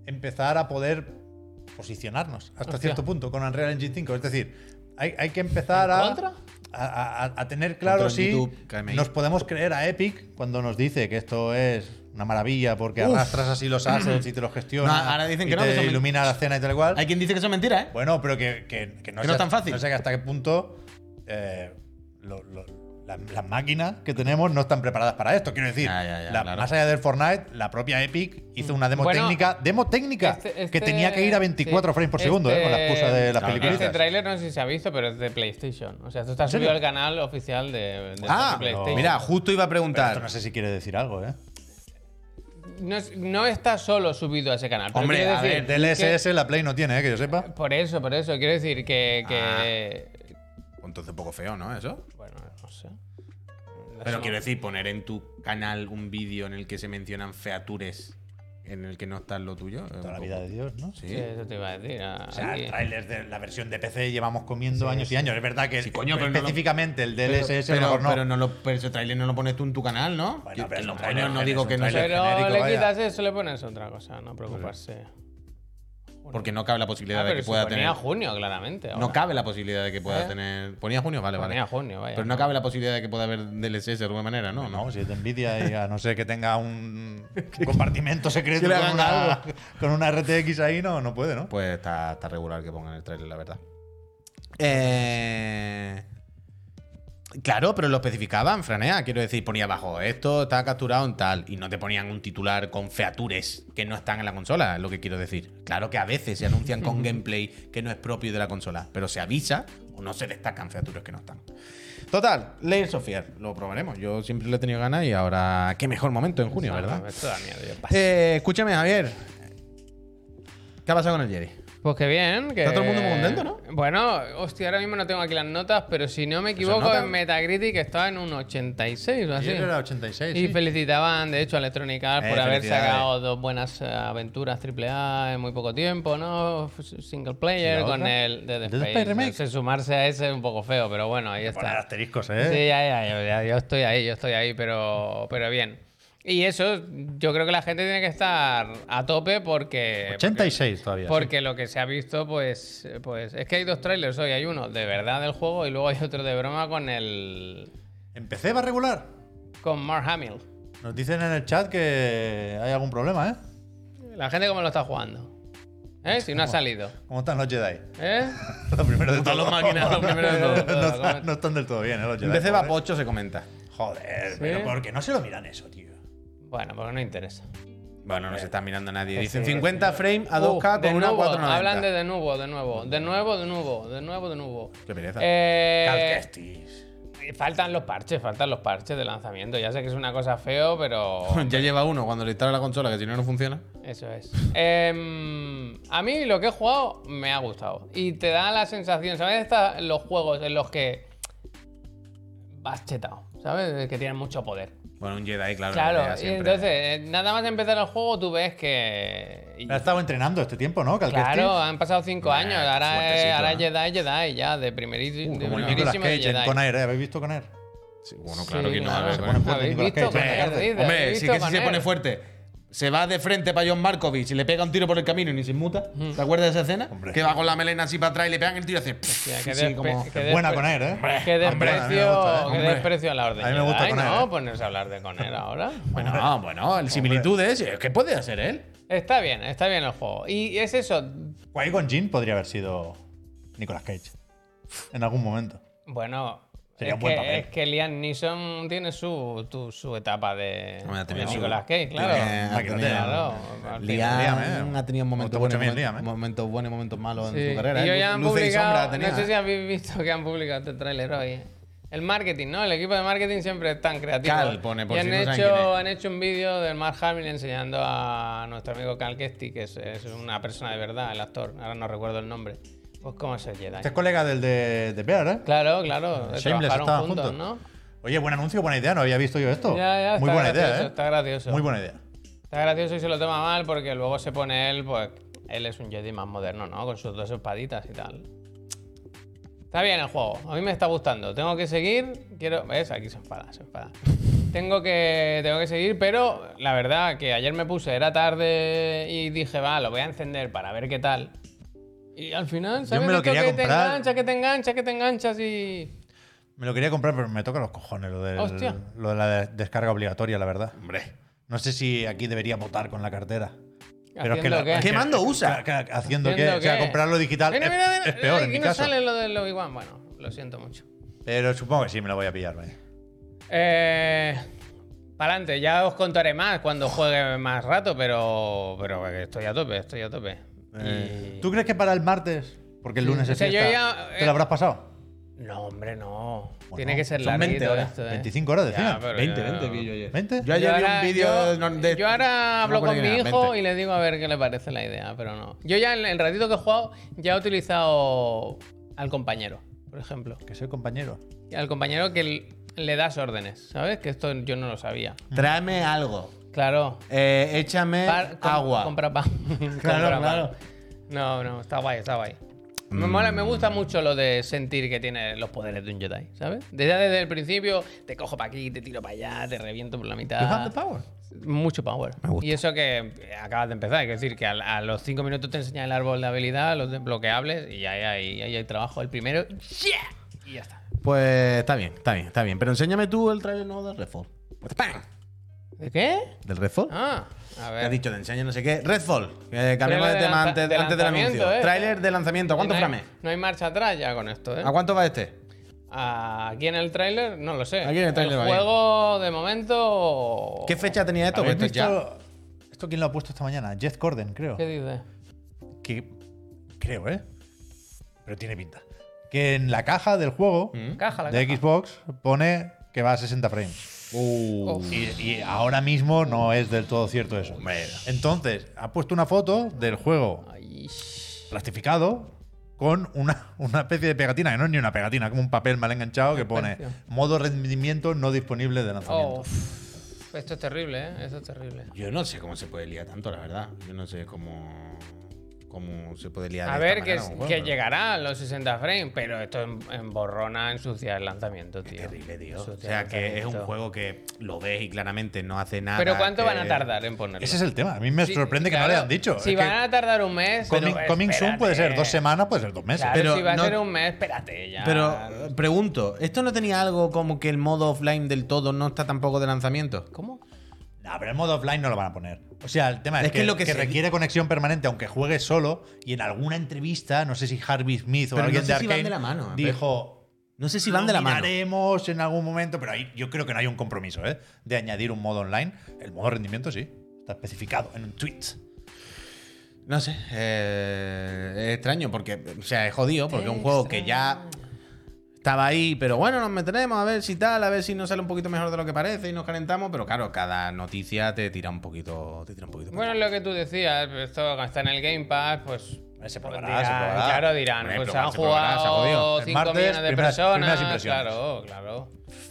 S3: empezar a poder posicionarnos hasta
S2: Hostia.
S3: cierto punto con Unreal Engine 5. Es decir, hay, hay que empezar
S2: ¿En
S3: a,
S2: contra?
S3: a a, a- a tener claro
S1: Control
S3: si
S1: YouTube, KMI.
S3: nos podemos creer a Epic cuando nos dice que esto es una maravilla porque
S1: Uf.
S3: arrastras así los assets y te los gestionas.
S1: No, ahora dicen
S3: y
S1: que no,
S3: te
S1: que son men-
S3: ilumina la escena y tal y cual.
S1: Hay quien dice que eso es mentira, ¿eh?
S3: Bueno, pero que, que- no,
S1: es
S3: sé-
S1: tan fácil.
S3: No sé hasta qué punto eh, lo- lo- la- las máquinas que tenemos no están preparadas para esto. Quiero decir,
S1: Ya, ya, ya,
S3: la-
S1: claro.
S3: más allá del Fortnite, la propia Epic hizo una demo
S2: Bueno,
S3: técnica. Demo técnica
S2: Este-
S3: que
S2: este-
S3: tenía que ir a 24
S2: sí.
S3: frames por segundo, eh, con la
S2: Este-
S3: excusa de las
S1: Claro,
S3: películas.
S2: Este tráiler no sé si se ha visto, pero es de PlayStation. O sea, esto está
S3: ¿En serio?
S2: subido al canal oficial de, de
S1: Ah,
S2: PlayStation.
S1: mira, justo iba a
S3: Pero esto
S1: preguntar.
S3: no sé si quiere decir algo, ¿eh?
S2: No, es- no está solo subido a ese canal. pero
S1: Hombre,
S2: quiero
S1: a
S2: decir
S1: ver,
S3: Del
S2: que-
S3: SS la Play no tiene, eh, que yo sepa.
S2: Por eso, por eso. Quiero decir que. que-
S3: Ah.
S1: Entonces un poco feo, ¿no? Eso.
S2: Bueno, no sé.
S1: Pero quiero decir, poner en tu canal un vídeo en el que se mencionan features en el que no está lo tuyo.
S3: Toda la vida de Dios, ¿no?
S1: Sí.
S2: Sí, eso te iba a decir. ah,
S3: O sea,
S2: aquí.
S3: trailers de la versión de PC llevamos comiendo años y años. Es verdad que
S1: Sí,
S3: el-
S1: coño, pero no lo-
S3: específicamente el del SS a lo
S1: Pero,
S3: mejor no.
S1: pero no lo, pero ese trailer no lo pones tú en tu canal, ¿no?
S3: Bueno,
S1: Yo-
S3: pero
S1: que
S3: es
S1: lo
S3: un
S1: coño,
S3: tráiler,
S1: no
S3: es
S1: digo
S3: un
S1: que no
S3: tráiler.
S1: sé.
S2: Pero
S3: genérico,
S2: le
S3: vaya.
S2: quitas eso, le pones otra cosa, no preocuparse.
S1: Porque no cabe la
S2: Ah,
S1: posibilidad de
S2: pero
S1: que
S2: se
S1: pueda
S2: ponía
S1: tener.
S2: junio, claramente. ahora.
S1: No cabe la posibilidad de que pueda
S2: ¿Eh?
S1: tener. ¿Ponía junio? Vale, vale.
S2: Ponía junio, vaya.
S1: Pero no cabe la posibilidad de que pueda haber DLCs de alguna manera, ¿no?
S3: No, si es de envidia y a no ser que tenga un compartimento secreto
S1: Que le
S3: con
S1: hagan
S3: una,
S1: algo.
S3: con una RTX ahí, no, no puede, ¿no?
S1: Pues está, está regular que pongan el trailer, la verdad. Eh, Claro, pero lo especificaban, Franea. Quiero decir, ponía abajo, esto está capturado en tal. Y no te ponían un titular con features que no están en la consola, es lo que quiero decir. Claro que a veces se anuncian con gameplay que no es propio de la consola, pero se avisa o no se destacan features que no están. Total, Layers of Fear, lo probaremos. Yo siempre le he tenido ganas y ahora, qué mejor momento en junio,
S2: No,
S1: ¿verdad?
S2: no, esto da miedo, yo paso.
S1: Eh, escúchame, Javier. ¿Qué ha pasado con el Jerry?
S2: Pues que bien. Que...
S1: Está todo el mundo muy contento, ¿no?
S2: Bueno, hostia, ahora mismo no tengo aquí las notas, pero si no me equivoco,
S1: notas-
S2: en Metacritic estaba en un 86 o así.
S3: Ayer Ah, era 86.
S2: Y
S3: sí.
S2: felicitaban, de hecho, a Electronic Arts
S1: Eh,
S2: por haber
S1: felicidades.
S2: sacado dos buenas eh, aventuras AAA en muy poco tiempo, ¿no? F- Single
S3: ¿Y
S2: player
S3: la
S2: con
S3: otra?
S2: el de The
S3: ¿The Dead
S2: Space.
S3: Space Remake?
S2: No sé, sumarse a ese es un poco feo, pero bueno, ahí
S3: Poner
S2: está.
S3: asteriscos,
S2: Sí,
S3: ¿eh?
S2: ya, ya, ya, ya, yo estoy ahí, yo estoy ahí, pero, pero bien. Y eso, yo creo que la gente tiene que estar a tope porque...
S3: 86 todavía.
S2: Porque lo que se ha visto, pues, eh, pues es que hay dos trailers hoy. Hay uno de verdad del juego y luego hay otro de broma con el.
S3: ¿Empecé va a regular?
S2: con Mark Hamill.
S3: Nos dicen en el chat que hay algún problema, ¿eh?
S2: La gente cómo lo está jugando. ¿Eh? Si no ha salido.
S3: ¿Cómo están los Jedi?
S2: ¿Eh?
S3: Lo primero de
S1: Están
S3: todo.
S1: los máquinas, lo primero de todo.
S3: no, están, no están del todo bien, ¿eh? Los Jedi.
S1: Empecé
S3: joder.
S1: Vapocho, se comenta.
S3: Joder, pero porque no se lo miran eso, tío.
S2: Bueno, porque no interesa.
S1: Bueno, no se está mirando nadie. Dicen
S2: sí,
S1: 50 frames a
S2: Uh,
S1: 2K
S2: de
S1: con una
S2: nuevo,
S1: 490.
S2: Hablan de de nuevo, de nuevo. De nuevo, de nuevo, de nuevo, de nuevo.
S1: Qué pereza.
S2: Eh,
S3: Calquestis.
S2: faltan los parches, faltan los parches de lanzamiento. Ya sé que es una cosa feo, pero.
S1: ya lleva uno cuando le instala la consola, que si no, no funciona.
S2: Eso es. Em, a mí lo que he jugado me ha gustado. Y te da la sensación, ¿sabes? Esta- los juegos en los que vas chetado, ¿sabes? Que tienen mucho poder.
S1: Bueno, un Jedi, claro.
S2: Claro,
S1: ya
S2: y
S1: siempre.
S2: entonces, eh, nada más empezar el juego, tú ves que. y-
S3: Ha estado entrenando este tiempo, ¿no? Calquestis.
S2: Claro, han pasado cinco
S1: Nah,
S2: años. Ahora, es-
S1: fuertecito,
S2: ahora
S1: ¿eh?
S2: es Jedi, Jedi, ya, de primerísimo.
S3: Uh,
S2: de
S3: como el Nicolas
S2: primerísimo de
S3: Cage en
S2: Jedi.
S3: Con Air, ¿eh? ¿Habéis visto Con Air?
S1: Sí, bueno, claro
S2: Sí,
S1: que no.
S2: claro,
S1: a ver,
S2: se
S1: bueno.
S2: pone
S3: fuerte
S2: Habéis
S3: Nicolas
S2: visto con
S3: Cage, ¿eh?
S2: Air,
S3: Hombre,
S2: dices,
S1: Hombre,
S2: habéis
S1: sí
S2: visto
S1: que sí
S2: con
S1: se pone
S2: Air.
S1: fuerte. Se va de frente para John Markovich y le pega un tiro por el camino y ni se inmuta.
S2: Mm.
S1: ¿Te acuerdas de esa escena?
S3: Hombre.
S1: Que va con la melena así para atrás y le pegan el tiro y hace. pff,
S2: Hostia, que
S1: así
S2: despe-
S1: como-
S2: que
S3: Buena
S2: despe-
S3: con Air, ¿eh?
S2: Qué
S3: Hombre, a mí me
S2: desprecio,
S3: gusta, ¿eh?
S2: qué
S1: Hombre.
S2: desprecio a la orden.
S3: A mí me gusta
S2: Jedi,
S3: Conair,
S2: No,
S3: ¿eh?
S2: ponerse a hablar de Conair ahora.
S1: Bueno, bueno, el similitud es. ¿Qué puede hacer él?
S2: Está bien, está bien el juego. Y es eso.
S3: Qui-Gon Jinn podría haber sido Nicolas Cage. En algún momento.
S2: Bueno,
S3: Sería
S2: es,
S3: un buen
S2: que,
S3: papel.
S2: es que Liam Neeson tiene su, tu- su etapa de,
S1: Hombre, ha tenido
S2: de
S1: su-
S2: Nicolas Cage, claro.
S1: tiene- ha
S3: Ah, que lo
S1: tenido-
S2: Claro, al final.
S1: Liam,
S3: Liam, eh.
S1: ha tenido momentos
S3: Otro
S1: buenos,
S3: mucho bien,
S1: momentos,
S3: Liam, eh.
S1: momentos buenos y momentos malos
S2: Sí.
S1: en su carrera.
S2: Y yo
S1: eh.
S2: ya han
S1: Luces y sombras
S2: publicado,
S1: tenía.
S2: no sé si habéis visto que han publicado este tráiler hoy. El marketing, ¿no? El equipo de marketing siempre es tan creativo.
S1: Cal pone, por
S2: y
S1: si
S2: han,
S1: no saben quién es.
S2: hecho, han hecho un vídeo del Mark Hamill enseñando a nuestro amigo Cal Kestis, que es, es una persona de verdad, el actor. Ahora no recuerdo el nombre. Pues cómo se Jedi.
S3: Este es colega del de, de Bear, ¿eh?
S2: Claro, claro.
S3: Shameless
S2: trabajaron
S3: estaban
S2: juntos,
S3: juntos.
S2: ¿no?
S3: Oye, buen anuncio, buena idea. No había visto yo
S1: Oh,
S3: esto.
S2: Ya, ya,
S3: Muy
S2: está
S3: buena
S2: gracioso,
S3: idea, ¿eh?
S2: Está gracioso.
S3: Muy buena idea.
S2: Está gracioso y se lo toma mal porque luego se pone él, pues él es un Jedi más moderno, ¿no? Con sus dos espaditas y tal. Está bien el juego, a mí me está gustando. Tengo que seguir, quiero... ¿Ves? Aquí se enfada, se enfada. Tengo que, tengo que seguir, pero la verdad que ayer me puse, era tarde y dije, va, lo voy a encender para ver qué tal. Y al final, ¿sabes?
S3: me lo
S2: Esto
S3: quería
S2: que te
S3: comprar.
S2: enganchas, que te enganchas, que te enganchas y...
S3: Me lo quería comprar, pero me toca los cojones lo, del-
S2: Hostia.
S3: lo de la de- descarga obligatoria, la verdad.
S1: Hombre.
S3: No sé si aquí debería votar con la cartera. Pero es que
S2: ¿Haciendo
S3: la-
S2: qué?
S3: es que-
S1: ¿Qué mando usa?
S3: Claro,
S2: ¿Haciendo
S3: Haciendo, que, o sea,
S2: qué?
S3: comprarlo digital
S2: Mira,
S3: es,
S2: mira, mira, eh,
S3: es peor en
S2: aquí
S3: mi
S2: no
S3: caso.
S2: sale lo del Obi-Wan. Bueno, lo siento mucho.
S3: Pero supongo que sí me lo voy a pillar, vaya.
S2: Eh, para adelante, ya os contaré más cuando juegue más rato, pero, pero estoy a tope, estoy a tope.
S1: Eh.
S2: Y-
S3: ¿Tú crees que para el martes, porque el
S2: Sí,
S3: lunes
S2: o
S3: es
S2: sea, yo
S3: fiesta,
S2: ya, eh,
S3: te lo habrás pasado?
S2: No, hombre, no.
S3: Bueno,
S2: Tiene que ser
S1: son
S2: larguito
S1: 20 horas,
S2: esto, eh.
S3: 25 horas, decían.
S2: Ya, pero
S1: 20,
S2: yo-
S1: 20 vi yo ayer.
S3: 20.
S1: Yo ayer
S2: ahora-
S1: vi un
S2: yo-
S1: vídeo no- de.
S2: Yo ahora hablo
S1: me
S2: con
S1: acuerdo
S2: mi
S1: ni nada,
S2: hijo
S1: 20.
S2: y le digo a ver qué le parece la idea, pero no. Yo ya en el ratito que he jugado ya he utilizado al compañero, por ejemplo.
S3: Que soy compañero.
S2: Al compañero que l- le das órdenes, ¿sabes? Que esto yo no lo sabía.
S1: Tráeme algo.
S2: Claro.
S1: Eh, échame
S2: Par- com-
S1: agua.
S2: Compra pan. Compra pan. No, no, está guay, está guay. Me, mola- me gusta mucho lo de sentir que tiene los poderes de un Jedi, ¿sabes? Desde, desde el principio te cojo para aquí, te tiro para allá, te reviento por la
S3: You have
S2: mitad.
S3: the power.
S2: Mucho power.
S1: Me gusta.
S2: Y eso que eh, acabas de empezar, es decir, que al- a, los cinco minutos te enseña el árbol de habilidad, los desbloqueables, y ahí hay, ahí hay trabajo. El primero, ¡yeah! Y ya está.
S1: Pues está bien, está bien, está bien. Pero enséñame tú el trailer nuevo del Redfall. ¡Pam!
S2: ¿De qué?
S1: ¿Del Redfall?
S2: Ah, a
S1: Te has
S2: ver.
S1: dicho, te enseño no sé qué. Redfall. Eh, cambiamos
S2: Trailer
S1: de
S2: de
S1: tema
S2: lanza-
S1: antes,
S2: de
S1: antes del
S2: lanzamiento,
S1: anuncio.
S2: eh.
S1: Trailer de lanzamiento. ¿A cuánto
S2: no hay-
S1: frames?
S2: No hay marcha atrás ya con esto, ¿eh?
S1: ¿A cuánto va este?
S2: Ah, Aquí en el tráiler, no lo sé.
S1: Aquí en el tráiler va bien.
S2: juego, de momento...
S1: ¿Qué fecha tenía esto?
S3: ¿Habéis
S1: Pues esto ya.
S3: visto- ¿Esto quién lo ha puesto esta mañana? Jeff Gordon, creo.
S2: ¿Qué dices?
S3: Que, creo, ¿eh? Pero tiene pinta. Mm. Que en la caja del juego
S2: Caja, la
S3: de
S2: caja.
S3: Xbox pone que va a 60 frames.
S1: Uh.
S2: Uf.
S3: Y, y ahora mismo no es del todo cierto eso. Entonces, ha puesto una foto del juego
S2: Ay, shh.
S3: plastificado con una, una especie de pegatina, que no es ni una pegatina, como un papel mal enganchado que pone
S2: Especio.
S3: modo rendimiento no disponible de lanzamiento.
S2: Oh, uf. esto es terrible, ¿eh? Esto es terrible.
S1: Yo no sé cómo se puede liar tanto, la verdad. Yo no sé cómo, cómo se puede liar.
S2: A
S1: de
S2: ver,
S1: esta
S2: que,
S1: manera un juego,
S2: que
S1: pero-
S2: llegará a los 60 frames, pero esto en, emborrona, ensucia el lanzamiento, tío.
S1: Terrible, tío.
S2: Ensucia
S1: O
S2: el
S1: sea, que es un
S2: lanzamiento.
S1: juego que lo ves y claramente no hace nada.
S2: Pero ¿cuánto
S1: que-
S2: van a tardar en ponerlo?
S3: Ese es el tema. A mí me
S2: Sí,
S3: sorprende que no
S2: claro,
S3: le han dicho.
S2: Si
S3: Es
S2: van
S3: que
S2: a tardar un mes.
S3: coming,
S2: pero
S3: coming soon puede ser
S2: espérate.
S3: dos semanas, puede ser dos meses.
S2: Claro,
S1: Pero
S2: si va a
S1: no-
S2: ser un mes, espérate ya.
S1: Pero eh, pregunto, ¿esto no tenía algo como que el modo offline del todo no está tampoco de lanzamiento?
S2: ¿Cómo?
S3: No, Ah, pero el modo offline no lo van a poner. O sea, el tema es,
S1: Es
S3: que,
S1: que lo que
S3: que
S1: se-
S3: requiere conexión permanente, aunque juegues solo, y en alguna entrevista, no sé si Harvey Smith o
S1: Pero no
S3: alguien
S1: sé
S3: de
S1: si
S3: Arkane
S1: van de la mano, ¿eh?
S3: dijo,
S1: No sé si van de la mano.
S3: miraremos en algún momento, pero ahí yo creo que no hay un compromiso ¿eh? de añadir un modo online. El modo rendimiento sí, está especificado en un tweet.
S1: No sé. eh, es extraño porque, o sea, es jodido porque es un juego que ya estaba ahí, pero bueno, nos meteremos a ver si tal, a ver si nos sale un poquito mejor de lo que parece y nos calentamos, pero claro, cada noticia te tira un poquito, te tira un poquito.
S2: Bueno, lo que tú decías, esto está en el Game Pass, pues.
S3: Se
S2: pues
S3: probará, se
S2: dirán,
S3: probará.
S2: Claro, dirán,
S1: Hombre,
S2: pues
S1: probar
S2: han
S1: se probará, se ha
S2: jugado
S1: jodido.
S3: El
S2: 5
S3: martes,
S2: millones de
S3: primeras-
S2: personas.
S3: primeras impresiones.
S2: Claro, claro.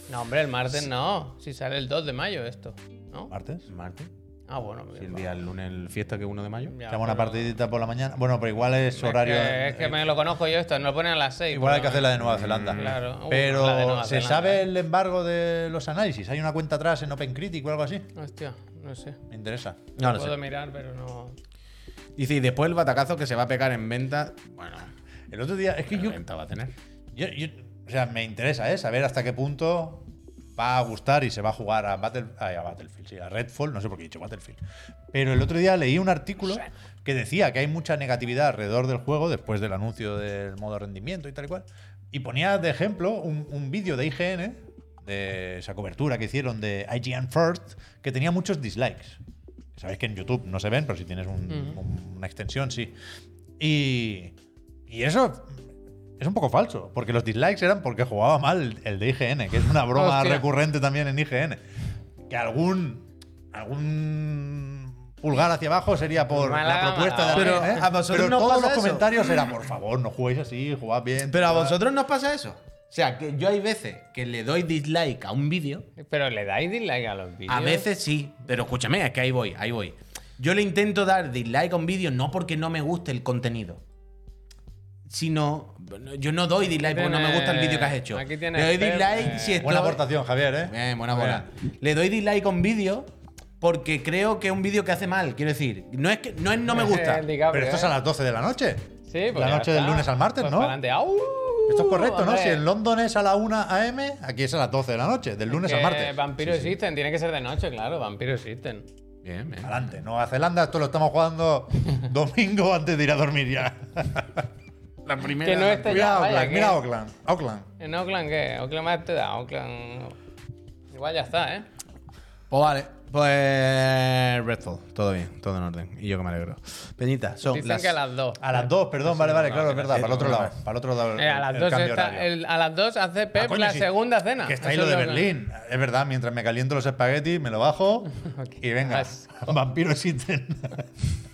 S2: No, hombre, el martes no. Si sale el 2 de mayo esto, ¿no?
S3: ¿Martes?
S1: martes,
S2: Ah, bueno, bien,
S1: si el
S2: va.
S1: día el lunes el fiesta que es 1 de mayo.
S2: Ya,
S3: Echamos una
S2: pero-
S3: partidita por la mañana. Bueno, pero igual es
S2: Es
S3: horario.
S2: que, es que me lo conozco yo esto, nos lo ponen a las 6.
S3: Igual hay que hacer la de Nueva Zelanda.
S2: claro. Uh,
S3: Pero
S2: la de Nueva
S3: ¿se
S2: Zelanda,
S3: sabe
S2: eh.
S3: el embargo de los análisis? ¿Hay una cuenta atrás en OpenCritic o algo así?
S2: Hostia, no sé.
S3: Me interesa.
S1: No lo
S2: Puedo
S1: sé.
S2: mirar, pero no.
S1: Y si después el batacazo que se va a pegar en venta, bueno,
S3: El otro día, es que yo,
S1: venta va a tener.
S3: yo- yo- O sea, me interesa, ¿eh? Saber hasta qué punto va a gustar y se va a jugar a, Battle, ay, a Battlefield, sí, a Redfall, no sé por qué he dicho Battlefield. Pero el otro día leí un artículo que decía que hay mucha negatividad alrededor del juego después del anuncio del modo rendimiento y tal y cual. Y ponía de ejemplo un, un vídeo de IGN, de esa cobertura que hicieron de IGN First, que tenía muchos dislikes. Sabéis que en YouTube no se ven, pero si tienes un- un- una extensión, sí. Y, y eso es un poco falso, porque los dislikes eran porque jugaba mal el, el de IGN, que es una broma
S2: Hostia.
S3: recurrente también en IGN. Que algún, algún pulgar hacia abajo sería por
S2: Málaga,
S3: la propuesta
S2: Málaga.
S3: de alguien,
S1: Pero
S3: ¿eh?
S1: a vosotros
S3: Pero
S1: no
S3: todos
S1: pasa
S3: los
S1: eso.
S3: comentarios eran, por favor, no juguéis así, jugad bien.
S1: Pero a
S3: tal".
S1: vosotros no os pasa eso. O sea, que yo hay veces que le doy dislike a un vídeo
S2: Pero le dais dislike a los vídeos.
S1: A veces sí, pero escúchame, es que ahí voy, ahí voy. Yo le intento dar dislike a un vídeo no porque no me guste el contenido, sino yo no doy dislike porque no me gusta el vídeo que has hecho.
S2: Aquí
S1: le
S2: tienes-
S1: doy
S2: eh,
S1: dislike si estoy...
S3: Buena aportación, Javier, ¿eh?
S1: Bien, buena
S3: Bien.
S1: bola. Le doy dislike a un vídeo porque creo que es un vídeo que hace mal, quiero decir. No es que no, es no me gusta.
S2: El DiCaprio,
S3: Pero esto es
S2: ¿eh?
S3: a las 12 de la noche.
S2: Sí, pues
S3: La
S2: ya
S3: noche del
S2: está.
S3: lunes al martes,
S2: Pues
S3: ¿no?
S2: pa'lante. ¡Au!
S3: Esto es correcto, ¿no?
S2: hombre.
S3: Si en London es a la 1 a.m., aquí es a las 12 de la noche, del lunes
S2: Que
S3: a martes.
S2: Vampiros existen, tiene que ser de noche, claro, vampiros existen.
S1: Bien, bien.
S3: Adelante, Nueva Zelanda, esto lo estamos jugando domingo antes de ir a dormir ya.
S1: La primera.
S2: Que no esté
S3: Mira
S2: ya, vaya,
S3: Auckland,
S2: que-
S3: mira Auckland. Auckland.
S2: ¿En Oakland qué? Oakland más te da, Oakland... Igual ya está, ¿eh?
S1: Pues vale. Pues Redfall, todo bien, todo en orden. Y yo que me alegro. Peñita, son
S2: Dicen
S1: las...
S2: que a las 2.
S3: A las 2, perdón, vale, vale, claro, es verdad, para el otro lado. Para el otro lado.
S2: Eh, a las
S3: el
S2: 2
S3: cambio
S2: está-
S3: horario.
S2: el- a las 2 hace Pep
S3: Ah, coño,
S2: la
S3: sí.
S2: segunda cena.
S3: Que está ahí
S2: Eso
S3: lo de
S2: es
S3: Berlín. Es verdad, mientras me caliento los espaguetis, me lo bajo y venga.
S2: asco.
S3: Vampiros existen.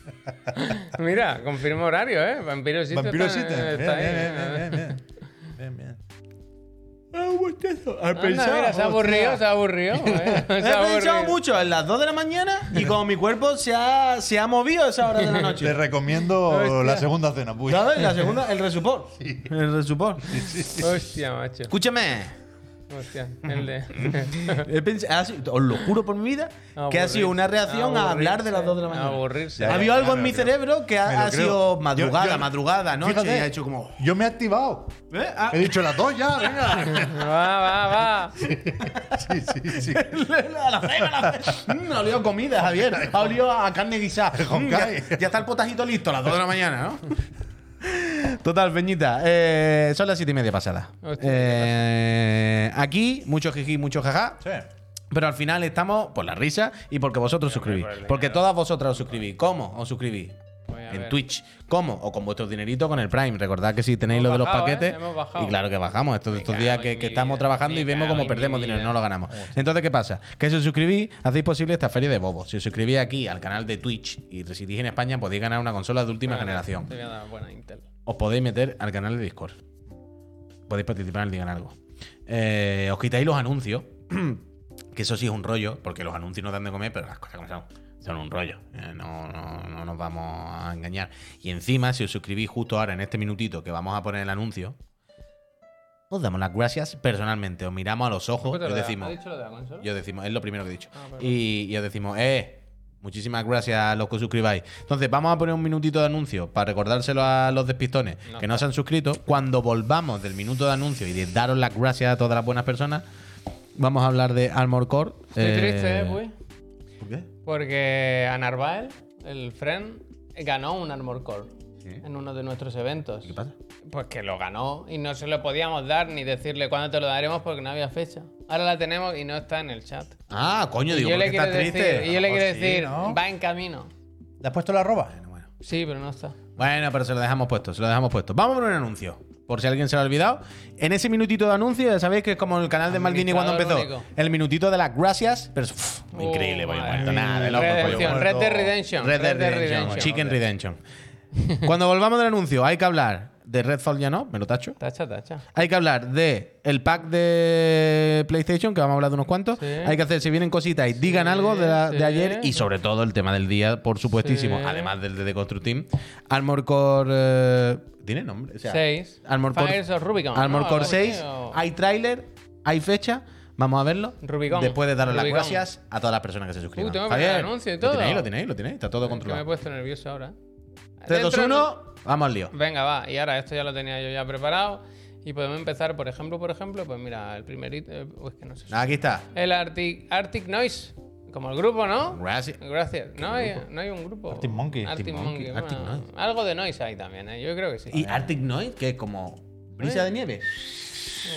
S2: Mira, confirma horario, ¿eh? Vampiros existen.
S3: Vampiros
S2: está-
S3: existen. Bien,
S2: está ahí,
S3: bien, bien,
S2: ¿eh?
S3: bien, bien, bien, bien. Ah, un bostezo. Al
S2: Anda,
S3: pensar,
S2: mira, se ha
S3: hostia.
S2: aburrido, se ha aburrido. ¿eh? Se ha
S1: He pensado
S2: aburrido.
S1: mucho en las 2 de la mañana y como mi cuerpo se ha, se ha movido a esa hora de la
S3: Te
S1: noche.
S3: recomiendo
S2: Hostia.
S3: la segunda cena, pues.
S1: ¿Sabes? La segunda, el resupor. El resupor.
S2: Hostia, macho.
S1: Escúchame.
S2: Hostia, el de.
S1: he pens- ha sido- os lo juro por mi vida que ha
S2: Aburrirse,
S1: sido una reacción a hablar de las 2 de la mañana.
S2: Aburrirse.
S1: Ha habido
S3: Ya,
S1: algo
S3: me
S1: en
S3: lo
S1: mi
S3: creo.
S1: cerebro que
S3: Me lo
S1: ha, ha
S3: creo.
S1: sido
S3: Yo-
S1: madrugada,
S3: yo-
S1: madrugada, noche.
S3: Fíjate,
S1: y ha hecho como.
S3: Yo me he activado.
S1: ¿eh? Ah,
S3: He dicho las dos ya, venga.
S2: Va, va, va.
S3: sí, sí, sí.
S1: a la cena, a la cena. Mm, ha olido a comida, Javier. Ha olido a carne guisada. Mm,
S3: Honkai.
S1: ya, ya está el potajito listo a las 2 de la mañana, ¿no? Total, Peñita. eh, son las 7 y media pasadas.
S2: Hostia,
S1: Eh, aquí, mucho jiji, mucho jaja.
S3: Sí.
S1: Pero al final estamos por la risa y porque vosotros suscribís.
S2: por el dinero.
S1: porque todas vosotras os suscribís. ¿Cómo os suscribís?
S2: Voy a
S1: En
S2: ver.
S1: Twitch. ¿Cómo? O con vuestro dinerito con el Prime. Recordad que si tenéis
S2: Hemos
S1: lo de los
S2: bajado, ¿eh?
S1: paquetes.
S2: Hemos bajado.
S1: Y claro que bajamos estos, estos
S2: cago
S1: días
S2: en
S1: que, que
S2: mi
S1: estamos
S2: vida.
S1: trabajando y
S2: Me
S1: vemos
S2: cago
S1: cómo
S2: en
S1: perdemos
S2: mi
S1: dinero,
S2: vida.
S1: no lo ganamos. Entonces, ¿qué pasa? Que si os suscribís, hacéis posible esta feria de bobos. Si os suscribís aquí al canal de Twitch y residís en España, podéis ganar una consola de última generación
S2: Te voy a dar buena Intel.
S1: os podéis meter al canal de Discord. Podéis participar en Digan Algo. Eh, os quitáis los anuncios, que eso sí es un rollo, porque los anuncios nos dan de comer, pero las cosas como son, son un rollo. Eh, no, no- no nos vamos a engañar. Y encima, si os suscribís justo ahora, en este minutito que vamos a poner el anuncio, os damos las gracias personalmente. Os miramos a los ojos y os decimos...
S2: ¿Has dicho Pues lo de la consola?
S1: Yo decimos, es lo primero que he dicho.
S2: Ah, perdón.
S1: y, y os decimos, eh, muchísimas gracias a los que os suscribáis. Entonces, vamos a poner un minutito de anuncio para recordárselo a los despistones
S2: No
S1: que no se han suscrito. Cuando volvamos del minuto de anuncio y de daros las gracias a todas las buenas personas, vamos a hablar de Armor Core.
S2: Estoy triste, eh,
S1: pues.
S2: Puy.
S1: ¿Por qué?
S2: Porque a Narvael, el friend, ganó un Armor Core
S1: Sí.
S2: en uno de nuestros eventos.
S1: ¿Qué pasa?
S2: Pues que lo ganó y no se lo podíamos dar ni decirle cuándo te lo daremos porque no había fecha. Ahora la tenemos y no está en el chat.
S1: Ah, coño, digo,
S2: y yo
S1: porque
S2: le quiero
S1: estás
S2: decir,
S1: triste. Ah,
S2: y yo le
S3: Pues
S2: quiero
S3: sí,
S2: decir
S3: ¿no?
S2: va en camino.
S3: ¿Le has puesto la arroba?
S1: Bueno, bueno.
S2: Sí, pero no está.
S1: Bueno, pero se lo dejamos puesto, se lo dejamos puesto. Vamos a poner un anuncio, por si alguien se lo ha olvidado. En ese minutito de anuncio, ya sabéis que es como el canal de Maldini cuando empezó.
S2: Administrador único.
S1: El minutito de las gracias, pero es uf,
S2: Oh,
S1: increíble, pollo
S2: madre
S1: muerto.
S2: mía.
S1: Nada, de loco, pollo muerto.
S2: Redemption, Red Dead Redemption.
S1: Red Dead Redemption, Chicken Redemption. Cuando volvamos del anuncio, hay que hablar de Redfall ya no, me lo tacho.
S2: Tacha, tacha.
S1: Hay que hablar de el pack de PlayStation, que vamos a hablar de unos cuantos.
S2: Sí.
S1: Hay que hacer, si vienen cositas y digan algo de, la- de
S2: sí.
S1: ayer. Y sobre todo el tema del día, por supuestísimo.
S2: Sí.
S1: Además del de Construct Team. Armor Core. eh, ¿Tiene nombre? O sea,
S2: 6.
S1: Armor Core,
S2: Fires of Rubicon.
S1: Armor
S2: ¿no?
S1: Core
S2: Algo así,
S1: 6.
S2: o-
S1: Hay tráiler, hay fecha. Vamos a verlo.
S2: Rubicon.
S1: Después de daros las
S2: Rubicon.
S1: gracias a todas las personas que se suscriban.
S2: tengo que
S1: Javier,
S2: poner el anuncio y
S1: Lo
S2: todo.
S1: tenéis, lo tenéis, lo tenéis. Está todo
S2: Que me he
S1: controlado.
S2: puesto nervioso ahora. ¿eh?
S1: 3, 2,
S2: Dentro-
S1: 1. Vamos al lío.
S2: Venga, va. Y ahora esto ya lo tenía yo ya preparado. Y podemos empezar, por ejemplo, por ejemplo, pues mira, el primerito. eh, uy, es que no sé.
S1: Aquí está.
S2: El Arctic, Arctic Noise. Como el grupo, ¿no?
S1: Gracias.
S2: Gracias. No hay, no hay un grupo.
S3: Arctic Monkey.
S2: Arctic,
S1: Arctic
S2: Monkey.
S1: Monkey, Arctic
S2: bueno,
S1: Noise.
S2: Algo de noise hay también, ¿eh? Yo creo que sí.
S1: Y Arctic Noise, que es como brisa de nieve.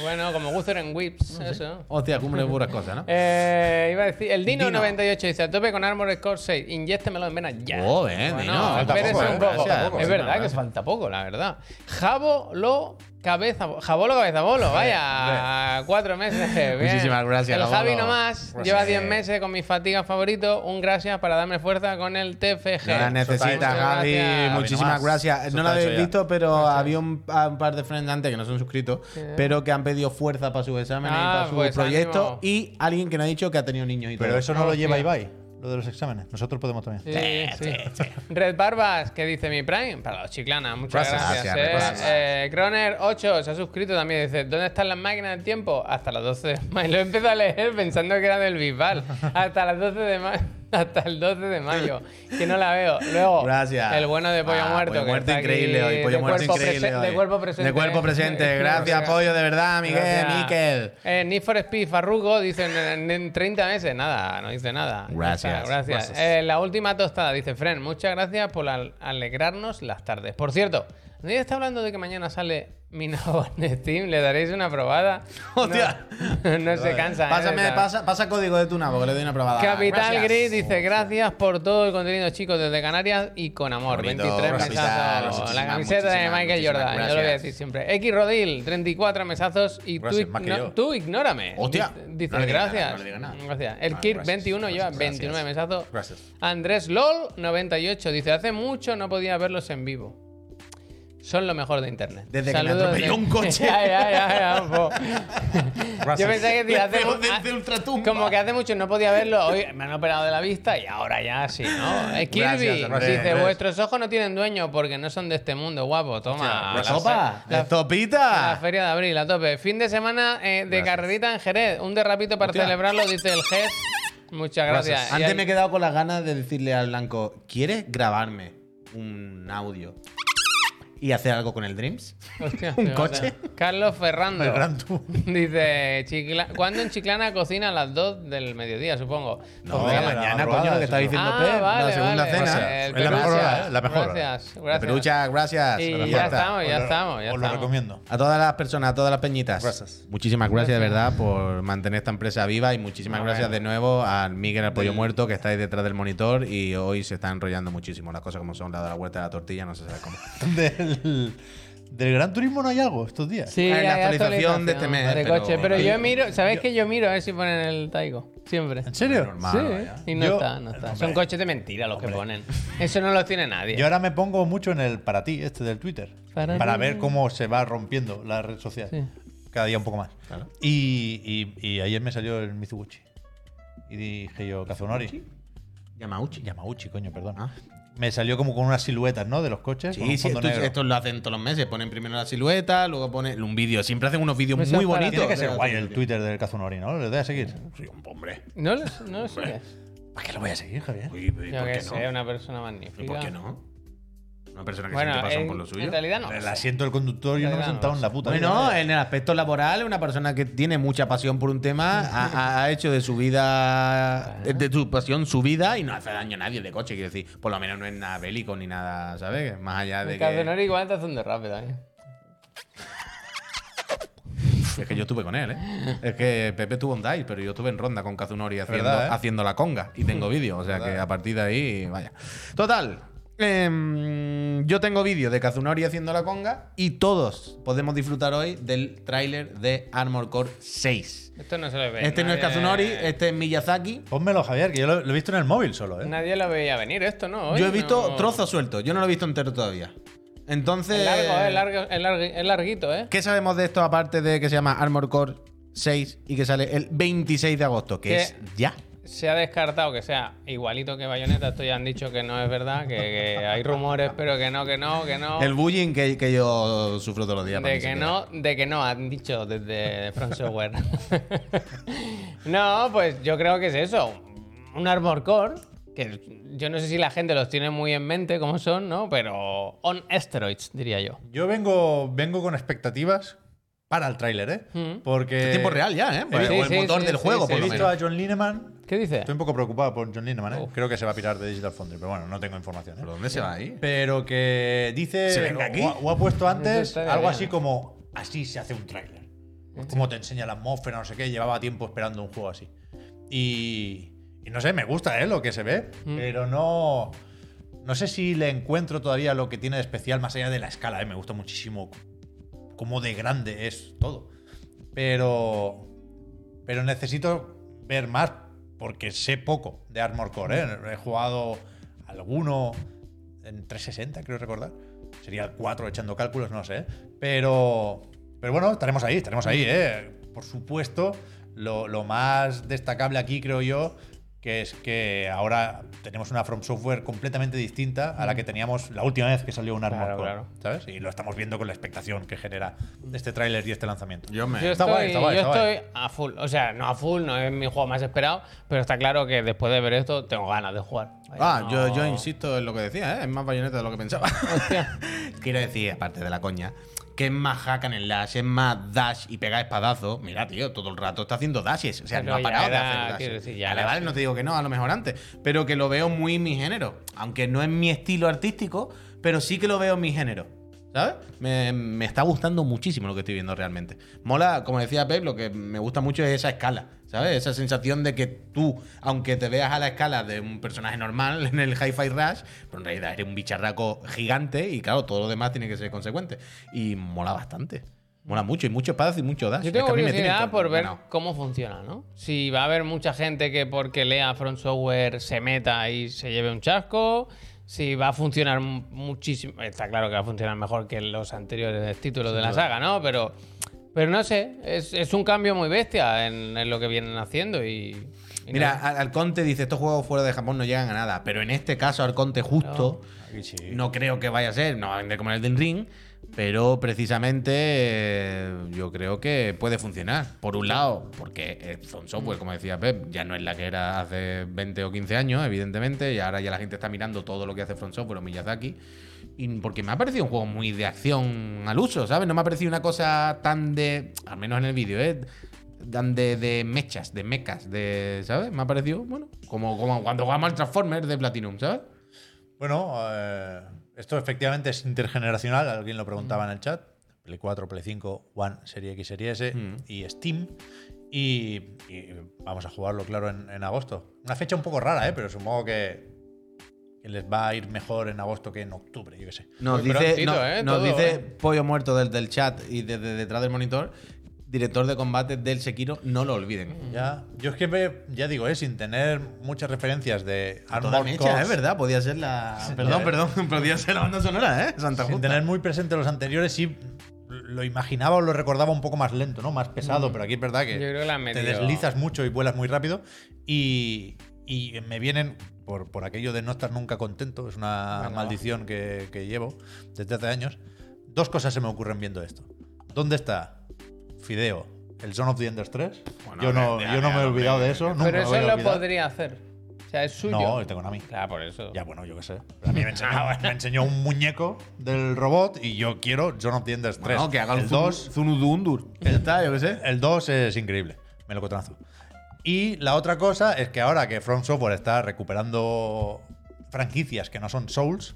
S2: Bueno, como Guthrie en Whips, eso.
S1: Hostia, cumple puras cosas, ¿no?
S2: Eh, iba a decir, el Dino,
S1: Dino.
S2: 98 dice, a tope con Armor Core 6, inyéstemelo en venas ya.
S1: Oh, eh, Dino.
S3: Falta
S2: espérese
S3: poco,
S2: un
S3: eh,
S2: poco.
S3: gracias, poco,
S2: es
S3: sí,
S2: verdad que falta poco, la verdad. Jabo lo cabeza, jabo lo cabeza bolo, vaya, cuatro meses. bien.
S1: Muchísimas gracias,
S2: El
S1: Jabo Pues
S2: Javi
S1: Lo.
S2: nomás
S3: Gracias.
S2: lleva 10 meses con mis fatigas favoritos. Un gracias para darme fuerza con el TFG.
S1: No la necesita,
S2: Muchas
S1: Javi.
S2: gracias.
S1: Muchísimas
S3: nomás.
S1: gracias.
S3: Eso
S1: No la
S3: está hecho
S1: habéis
S3: ya.
S1: visto, pero había un, a un par de friends antes que no son suscritos, pero que han pedido fuerza para sus exámenes
S2: Ah,
S1: y para sus
S2: pues,
S1: proyectos.
S2: ánimo.
S1: Y alguien que no ha dicho que ha tenido niños y
S3: Pero
S1: todo.
S3: eso no lo
S2: Hostia.
S3: lleva Ibai, lo de los exámenes. Nosotros podemos también.
S2: Sí, Eh, sí. Red Barbas, que dice mi Prime? Para los chiclana, muchas
S1: Gracias.
S2: gracias. eh.
S1: Gracias, gracias.
S2: Croner8 se ha suscrito también. Dice: ¿Dónde están las máquinas del tiempo? Hasta las 12 de mayo. Lo he empezado a leer pensando que era del Bisbal. Hasta las 12 de mayo. hasta el 12 de mayo, que no la veo. Luego,
S1: Gracias.
S2: el bueno de Pollo
S1: Ah,
S2: Muerto.
S1: Pollo
S2: que
S1: Muerto
S2: está
S1: increíble
S2: aquí
S1: hoy. Pollo
S2: de
S1: Muerto
S2: cuerpo
S1: increíble
S2: prese-
S1: hoy.
S2: De cuerpo presente.
S1: De cuerpo presente. Gracias, Pollo, de verdad, Miguel,
S2: Gracias.
S1: Miquel.
S2: Eh, Need for Speed, Farrugo, dicen en, en 30 meses. Nada, no dice nada.
S1: Gracias.
S2: Ya está, gracias.
S1: Gracias.
S2: Eh, la última tostada, dice Fren. Muchas gracias por al- alegrarnos las tardes. Por cierto, nadie está hablando de que mañana sale mi nuevo en Steam. ¿Le daréis una probada?
S1: Hostia.
S2: No, no se cansa. ¿eh?
S1: Pásame,
S2: De tal.
S1: pasa, pasa código de tu nabo, que le doy una probada.
S2: Capital
S1: Gracias.
S2: Gris dice gracias por todo el contenido, chicos, desde Canarias y con amor.
S1: Bonito,
S2: 23
S1: gracias,
S2: mesazos. La
S1: muchísimas,
S2: camiseta de
S1: muchísimas,
S2: Michael
S1: muchísimas
S2: Jordan, yo lo voy a
S1: gracias.
S2: decir siempre. X Rodil, 34 mesazos y tú,
S3: Gracias, más que
S2: igno-
S3: yo.
S2: tú ignórame.
S1: Hostia,
S2: Dice
S1: no le diga nada,
S2: gracias. Mm,
S1: no le diga nada.
S2: Gracias. El
S1: Ah,
S2: Kirk
S1: gracias,
S2: 21 lleva
S1: gracias,
S2: 29
S1: gracias.
S2: mesazos.
S3: Gracias.
S2: Andrés LOL 98 dice hace mucho no podía verlos en vivo. Son lo mejor de internet.
S1: Desde que me atropelló un coche.
S2: Ay, ay, ay, ay, po. Yo pensaba que decía,
S1: Le
S2: hace,
S1: pego
S2: mu-
S1: desde ultratumba.
S2: como que hace mucho no podía verlo. Hoy me han operado de la vista y ahora ya sí, ¿no? Eh, Kirby
S1: Gracias, Andrés.
S2: dice:
S1: Andrés.
S2: Vuestros ojos no tienen dueño porque no son de este mundo, guapo. Toma.
S1: Ah, La
S2: la
S1: sopa. La
S2: La
S1: sopita.
S2: feria de abril, a tope. Fin de semana eh, de carrerita en Jerez. Un derrapito para
S1: Hostia.
S2: celebrarlo, dice el GES. Muchas gracias. Y
S1: Antes
S2: ahí-
S1: me he quedado con las ganas de decirle al Blanco, ¿quieres grabarme un audio y hacer algo con el Dreams?
S2: Hostia,
S1: un
S2: fíjate.
S1: coche.
S2: Carlos Ferrando.
S3: El gran tú.
S2: Dice, Chicla... ¿cuándo en Chiclana cocina a las 2 del mediodía, supongo?
S1: No,
S2: Pues mira,
S1: mañana,
S3: madrugada,
S1: coño, lo que
S3: eso.
S1: está diciendo
S2: Ah,
S1: Pep, la
S2: vale,
S1: segunda
S2: vale.
S1: cena.
S2: Eh,
S3: Es la mejor
S2: gracias,
S3: hora, ¿eh? La mejor hora.
S2: Gracias,
S1: La
S2: gracias.
S1: pelucha, gracias.
S2: Y
S1: la
S2: ya
S1: mejor.
S2: estamos. ya
S3: Pues, Os lo-
S2: estamos, ya
S3: Os lo
S2: estamos.
S3: recomiendo.
S1: A todas las personas, a todas las peñitas.
S3: Gracias.
S1: Muchísimas gracias, de verdad, por mantener esta empresa viva y muchísimas
S2: Bueno.
S1: gracias de nuevo al Miguel al Pollo Muerto que estáis detrás del monitor y hoy se está enrollando muchísimo las cosas como son, la de la vuelta de la tortilla, no se sabe cómo.
S3: Del, del Gran Turismo no hay algo estos días.
S2: Sí,
S1: Ah, en la
S2: hay
S1: actualización de este mes,
S2: De
S1: pero-
S2: coche, pero yo miro, ¿sabéis que yo miro a ver si ponen el Taigo? Siempre.
S3: ¿En serio?
S1: Normal,
S2: sí,
S1: Ah, vaya.
S2: y no
S3: Yo-
S2: está, no está.
S3: hombre.
S2: Son coches de mentira los que ponen. Eso no los tiene nadie.
S3: Yo ahora me pongo mucho en el para ti, este del Twitter,
S2: Para
S3: para,
S2: ti.
S3: ver cómo se va rompiendo la red social.
S2: Sí.
S3: Cada día un poco más. Y, y- y ayer me salió el Mizuguchi. Y dije yo, Kazunori.
S1: Yamauchi.
S3: Yamauchi, coño, perdón.
S1: Ah.
S3: Me salió como con unas siluetas, ¿no? De los coches. con
S1: Sí,
S3: un
S1: sí,
S3: fondo
S1: esto-
S3: negro.
S1: estos lo hacen todos los meses. Ponen primero la silueta, luego ponen un vídeo. Siempre hacen unos vídeos
S2: Eso
S1: muy
S2: es para-
S1: bonitos.
S3: Tiene que
S1: de
S3: ser
S1: la
S3: guay el
S1: tortilla.
S3: Twitter del Kazunori, ¿no? ¿Le doy a seguir?
S1: Sí, un hombre.
S2: No los, no los sigues.
S3: ¿Para qué lo voy a seguir, Javier?
S1: Uy, ¿y ¿por
S2: Yo
S1: qué
S2: que
S1: no?
S2: sé, una persona
S1: ¿Y
S2: magnífica.
S1: por qué no? Una persona que
S2: Bueno,
S1: siempre
S2: en-
S1: pasan por lo suyo.
S2: en realidad no.
S3: El asiento del conductor, yo no me he
S2: Claro,
S3: sentado en la puta.
S1: Bueno,
S3: vida.
S1: en el aspecto laboral, una persona que tiene mucha pasión por un tema ha, ha- ha hecho de su vida, de, de su pasión su vida y no hace daño a nadie el de coche. Quiero decir, por lo menos no es nada bélico ni nada, ¿sabes? Más allá de
S2: El
S1: que.
S2: Caldenori igual está haciendo rápido, ¿eh?
S1: Es que yo estuve con él, ¿eh? Es que Pepe estuvo en Dice, pero yo estuve en Ronda con Kazunori haciendo,
S3: verdad, ¿eh?
S1: haciendo la conga y tengo vídeo, o sea que a partir de ahí, vaya. Total. em, yo tengo vídeo de Kazunori haciendo la conga y todos podemos disfrutar hoy del tráiler de Armor Core 6.
S2: Esto no se lo ve.
S1: Este no es
S2: Pues nadie-
S1: Kazunori, este es Miyazaki.
S3: eh. Pónmelo, Javier, que yo lo, lo he visto en el móvil solo, ¿eh?
S2: Nadie lo veía venir esto, ¿no? Hoy
S1: Yo he visto
S2: no-
S1: trozos sueltos, yo no lo he visto entero todavía. Entonces,
S2: Es largo, eh, es largo, es largo- es larguito, ¿eh?
S1: ¿qué sabemos de esto aparte de que se llama Armor Core 6 y que sale el 26 de agosto, que
S2: Que-
S1: es ya?
S2: Se ha descartado que sea igualito que Bayonetta. Esto ya han dicho que no es verdad, que, que hay rumores, pero que no, que no, que no.
S1: El bullying que, que yo sufro todos los días. para
S2: de
S1: mí,
S2: que
S1: sí,
S2: no, de que no han dicho desde From Software. no, pues yo creo que es eso. Un Armor Core, que yo no sé si la gente los tiene muy en mente como son, ¿no? Pero on steroids, diría yo.
S3: Yo vengo, vengo con expectativas para el tráiler, ¿eh?
S2: Mm.
S3: Porque.
S1: Es tiempo real ya, ¿eh?
S3: Sí,
S1: o el
S2: sí,
S1: motor
S2: sí,
S1: del
S2: sí,
S1: juego,
S2: sí,
S1: por
S3: He
S1: lo
S3: visto
S1: menos.
S3: a John Lineman.
S2: ¿Qué dice?
S3: Estoy un poco preocupado por John Lineman, ¿eh?
S2: Uf.
S3: Creo que se va a pirar de Digital Foundry, pero bueno, no tengo información. ¿eh?
S1: ¿Pero dónde se va ahí?
S3: Pero que dice.
S1: ¿Se venga aquí?
S3: O, ha- o ha puesto
S2: Eso
S3: antes
S2: estaría
S3: algo
S2: bien.
S3: así como: así se hace un tráiler. Como te enseña la atmósfera, no sé qué. Llevaba tiempo esperando un juego así. Y. y no sé, me gusta, ¿eh? Lo que se ve. Pero no. No sé si le encuentro todavía lo que tiene de especial más allá de la escala, ¿eh? Me gusta muchísimo cómo de grande es todo. Pero. Pero necesito ver más porque sé poco de Armor Core. ¿eh? He jugado alguno en 360, creo recordar. Sería el 4 echando cálculos, no sé. Pero, pero bueno, estaremos ahí, estaremos ahí. ¿eh? Por supuesto, lo, lo más destacable aquí, creo yo, que es que ahora tenemos una From Software completamente distinta a la que teníamos la última vez que salió un
S2: Claro,
S3: Armored Core,
S2: claro.
S3: ¿sabes? Y lo estamos viendo con la expectación que genera este tráiler y este lanzamiento.
S1: Yo me.
S2: Yo
S3: Está
S2: estoy,
S3: guay, está guay,
S2: yo
S3: está guay.
S2: estoy a full. O sea, no a full, no es mi juego más esperado, pero está claro que después de ver esto tengo ganas de jugar.
S1: Ah,
S2: No-
S1: yo, yo insisto en lo que decía, ¿eh? es más bayoneta de lo que pensaba.
S2: Hostia.
S1: Quiero decir, aparte de la coña, que es más hack and slash, es más dash y pega espadazos. Mira, tío, todo el rato está haciendo dashes. O sea,
S2: Pero
S1: no ha
S2: ya
S1: parado
S2: era-
S1: de hacer
S2: quiero
S1: dashes.
S2: decir, ya
S1: vale,
S2: era
S1: vale, no te digo que no, a lo mejor antes. Pero que lo veo muy mi género. Aunque no es mi estilo artístico, pero sí que lo veo mi género. ¿Sabes? Me, me está gustando muchísimo lo que estoy viendo realmente. Mola, como decía Pep, lo que me gusta mucho es esa escala, ¿sabes? Esa sensación de que tú, aunque te veas a la escala de un personaje normal en el Hi-Fi Rush, pero en realidad eres un bicharraco gigante y claro, todo lo demás tiene que ser consecuente. Y mola bastante. Mola mucho, y mucho espacio y mucho dash.
S2: Yo tengo
S1: Es que a mí me tiene
S2: curiosidad
S1: todo-
S2: por ver
S1: ganado.
S2: cómo funciona, ¿no? Si va a haber mucha gente que porque lea Front Software se meta y se lleve un chasco, si va a funcionar mu- muchísimo. Está claro que va a funcionar mejor que los anteriores títulos de la saga, ¿no? Pero, pero no sé, es, es un cambio muy bestia en, en lo que vienen haciendo y. y
S1: Mira,
S2: nada.
S1: Al- Alconte dice, estos juegos fuera de Japón no llegan a nada, pero en este caso Alconte justo...
S3: Aquí sí.
S1: No creo que vaya a ser, no va a vender como el Elden Ring, pero precisamente eh, yo creo que puede funcionar. Por un lado, porque eh, From Software, como decía Pep, ya no es la que era hace 20 o 15 años, evidentemente, y ahora ya la gente está mirando todo lo que hace From Software o Miyazaki. Y porque me ha parecido un juego muy de acción al uso, ¿sabes? No me ha parecido una cosa tan de. Al menos en el vídeo, ¿eh? Tan de, de mechas, de mecas, de. ¿Sabes? Me ha parecido, bueno, como, como cuando jugamos al Transformers de Platinum, ¿sabes?
S3: Bueno, eh, esto efectivamente es intergeneracional, alguien lo
S1: Mm.
S3: preguntaba en el chat. Play 4, Play 5, One, Serie X, Serie S
S1: Mm.
S3: y Steam. Y, y vamos a jugarlo, claro, en, en agosto. Una fecha un poco rara, ¿eh? pero supongo que, que les va a ir mejor en agosto que en octubre, yo qué sé.
S1: Nos
S2: Muy
S1: dice,
S2: prontito,
S1: no-
S2: ¿eh?
S1: nos
S2: Todo,
S1: dice
S2: ¿eh?
S1: Pollo Muerto desde el chat y desde detrás del monitor, director de combate del Sekiro, no lo olviden.
S3: Ya, yo es que ve- ya digo, eh, sin tener muchas referencias de
S1: Toda
S3: Armored
S1: mecha,
S3: Core,
S1: es ¿eh? verdad, podía ser la. Ah, Perdón, perdón, podía ser la banda sonora, ¿eh? Santa
S3: sin
S1: Justa.
S3: tener muy presente los anteriores, sí lo imaginaba o lo recordaba un poco más lento, ¿no? Más
S1: Mm.
S3: pesado, pero aquí es verdad que,
S2: Yo creo que la han
S3: te
S2: metido-
S3: deslizas mucho y vuelas muy rápido. Y, y me vienen, por, por aquello de no estar nunca contento, es una
S2: Venga,
S3: maldición que, que llevo desde hace años, dos cosas se me ocurren viendo esto. ¿Dónde está Fideo? El Son of the Enders 3.
S1: Bueno,
S3: yo no,
S1: ya, ya,
S3: yo no
S1: ya,
S3: me he
S1: hombre,
S3: olvidado de
S1: ya,
S3: eso.
S1: ya.
S3: nunca
S2: pero
S3: me
S2: eso
S3: voy a
S2: lo
S3: olvidar.
S2: podría hacer. O sea, es suyo.
S3: No, es de Konami.
S2: Claro, por eso.
S3: Ya, bueno, yo qué sé. Pero A mí me enseñó, me enseñó un muñeco del robot y yo quiero Son of the Enders 3.
S1: Bueno, que haga
S3: el
S1: el
S3: 2
S1: Zunu- Zunudundur. Ya está, yo qué sé.
S3: El 2 es increíble, melocotonazo. Y la otra cosa es que ahora que From Software está recuperando franquicias que no son Souls,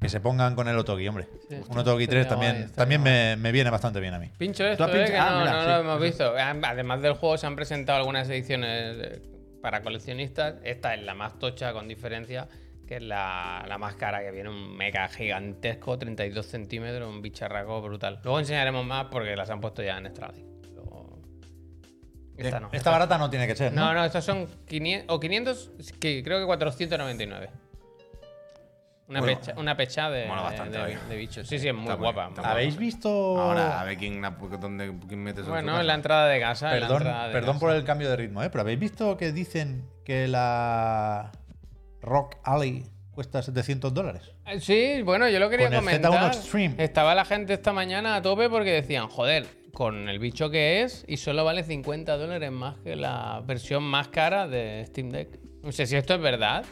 S3: que se pongan con el Otogi, hombre.
S2: Sí, está-
S3: un Otogi
S2: está
S3: 3
S2: guay,
S3: también,
S2: está
S3: también me, me viene bastante bien a mí.
S2: Pincho
S1: ¿Tú
S2: esto,
S1: has
S2: eh,
S1: pinchado?
S2: que
S1: Ah,
S2: no,
S1: mira,
S2: no
S1: sí.
S2: lo hemos visto. Además del juego, se han presentado algunas ediciones eh, para coleccionistas. Esta es la más tocha, con diferencia, que es la, la más cara, que viene un mega gigantesco, 32 centímetros, un bicharraco brutal. Luego enseñaremos más porque las han puesto ya en Extra Life. Luego- Esta no.
S3: Esta barata no tiene que ser, ¿no?
S2: No, no, estos son 500, o 500, que creo que 499. Una,
S1: Bueno.
S2: pecha, una pecha de,
S1: Mola bastante,
S2: de-
S1: vaya.
S2: de bichos. Sí, sí, es muy
S1: Está muy
S2: guapa.
S1: bien, está muy
S2: muy guapa.
S3: ¿Habéis visto...?
S1: Ahora, a ver quién, la- dónde, quién mete eso en su
S2: Bueno,
S1: casa.
S2: en la entrada de casa. en la
S3: Perdón,
S2: entrada de
S3: perdón
S2: casa.
S3: por el cambio de ritmo, ¿eh? Pero ¿habéis visto que dicen que la Rock Alley cuesta 700 dólares?
S2: Eh, Sí, bueno, yo lo quería
S3: Con el Z1
S2: comentar.
S3: Extreme.
S2: Estaba la gente esta mañana a tope porque decían, joder, con el bicho que es y solo vale 50 dólares más que la versión más cara de Steam Deck. No sé si esto es verdad.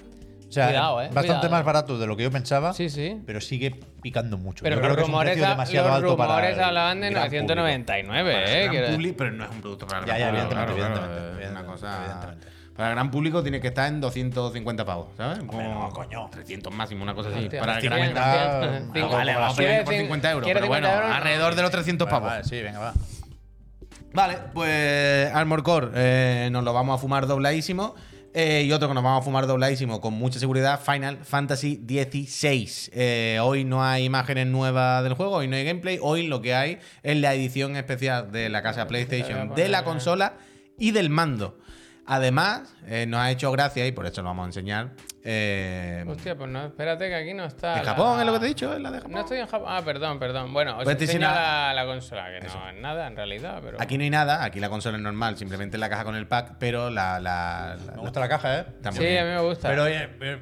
S3: O sea,
S2: Cuidado, ¿eh?
S3: bastante
S2: Cuidado.
S3: más barato de lo que yo pensaba.
S2: Sí, sí.
S3: pero sigue picando mucho.
S2: Pero
S3: Yo
S2: los
S3: creo que es un
S2: rumores,
S3: precio
S2: ha-
S3: demasiado
S2: los
S3: alto para
S2: rumores
S3: el
S2: hablaban de
S3: gran público.
S2: 999,
S1: Para
S2: ¿eh?
S1: el gran
S2: Quiero-
S1: publi- pero no es un producto para el
S3: Ya,
S1: gran
S3: ya,
S1: público.
S3: evidentemente,
S1: es
S3: evidentemente,
S1: una cosa.
S3: evidentemente.
S1: Para el gran público tiene que estar en 250 pavos, ¿sabes?
S3: no, coño.
S1: 300 máximo, una cosa así.
S2: Hostia,
S1: Para el
S2: hostia,
S1: gran
S2: hostia,
S3: venta-
S2: hostia,
S3: Ah,
S2: cinco-
S1: vale, vamos a
S2: Quiere
S1: poner por
S2: decir-
S1: 50 euros.
S2: quiere
S1: Pero bueno,
S2: 50 euros, no.
S1: alrededor de los 300
S3: Vale,
S1: pavos.
S3: vale, sí, venga, va.
S1: Vale, pues Armor Core eh, nos lo vamos a fumar dobladísimo. Eh, y otro que nos vamos a fumar dobladísimo con mucha seguridad, Final Fantasy XVI. Eh, hoy no hay imágenes nuevas del juego, hoy no hay gameplay. Hoy lo que hay es la edición especial de la casa PlayStation de la consola y del mando. Además, eh, nos ha hecho gracia, y por eso lo vamos a enseñar, Eh,
S2: Hostia, pues no, espérate que aquí no está.
S1: en
S2: la-
S1: Japón, es lo que te he dicho, es la de Japón.
S2: No estoy en Japón. Ah, perdón, perdón. Bueno, os
S1: Pues te
S2: enseño
S1: enseña-
S2: la, la consola, que no es nada en realidad, pero.
S1: Aquí no hay nada, aquí la consola es normal, simplemente la caja con el pack, pero la. la, la-
S3: Me gusta la caja, ¿eh?
S1: está muy
S2: sí,
S1: bien.
S2: a mí me gusta.
S3: Pero oye, pero-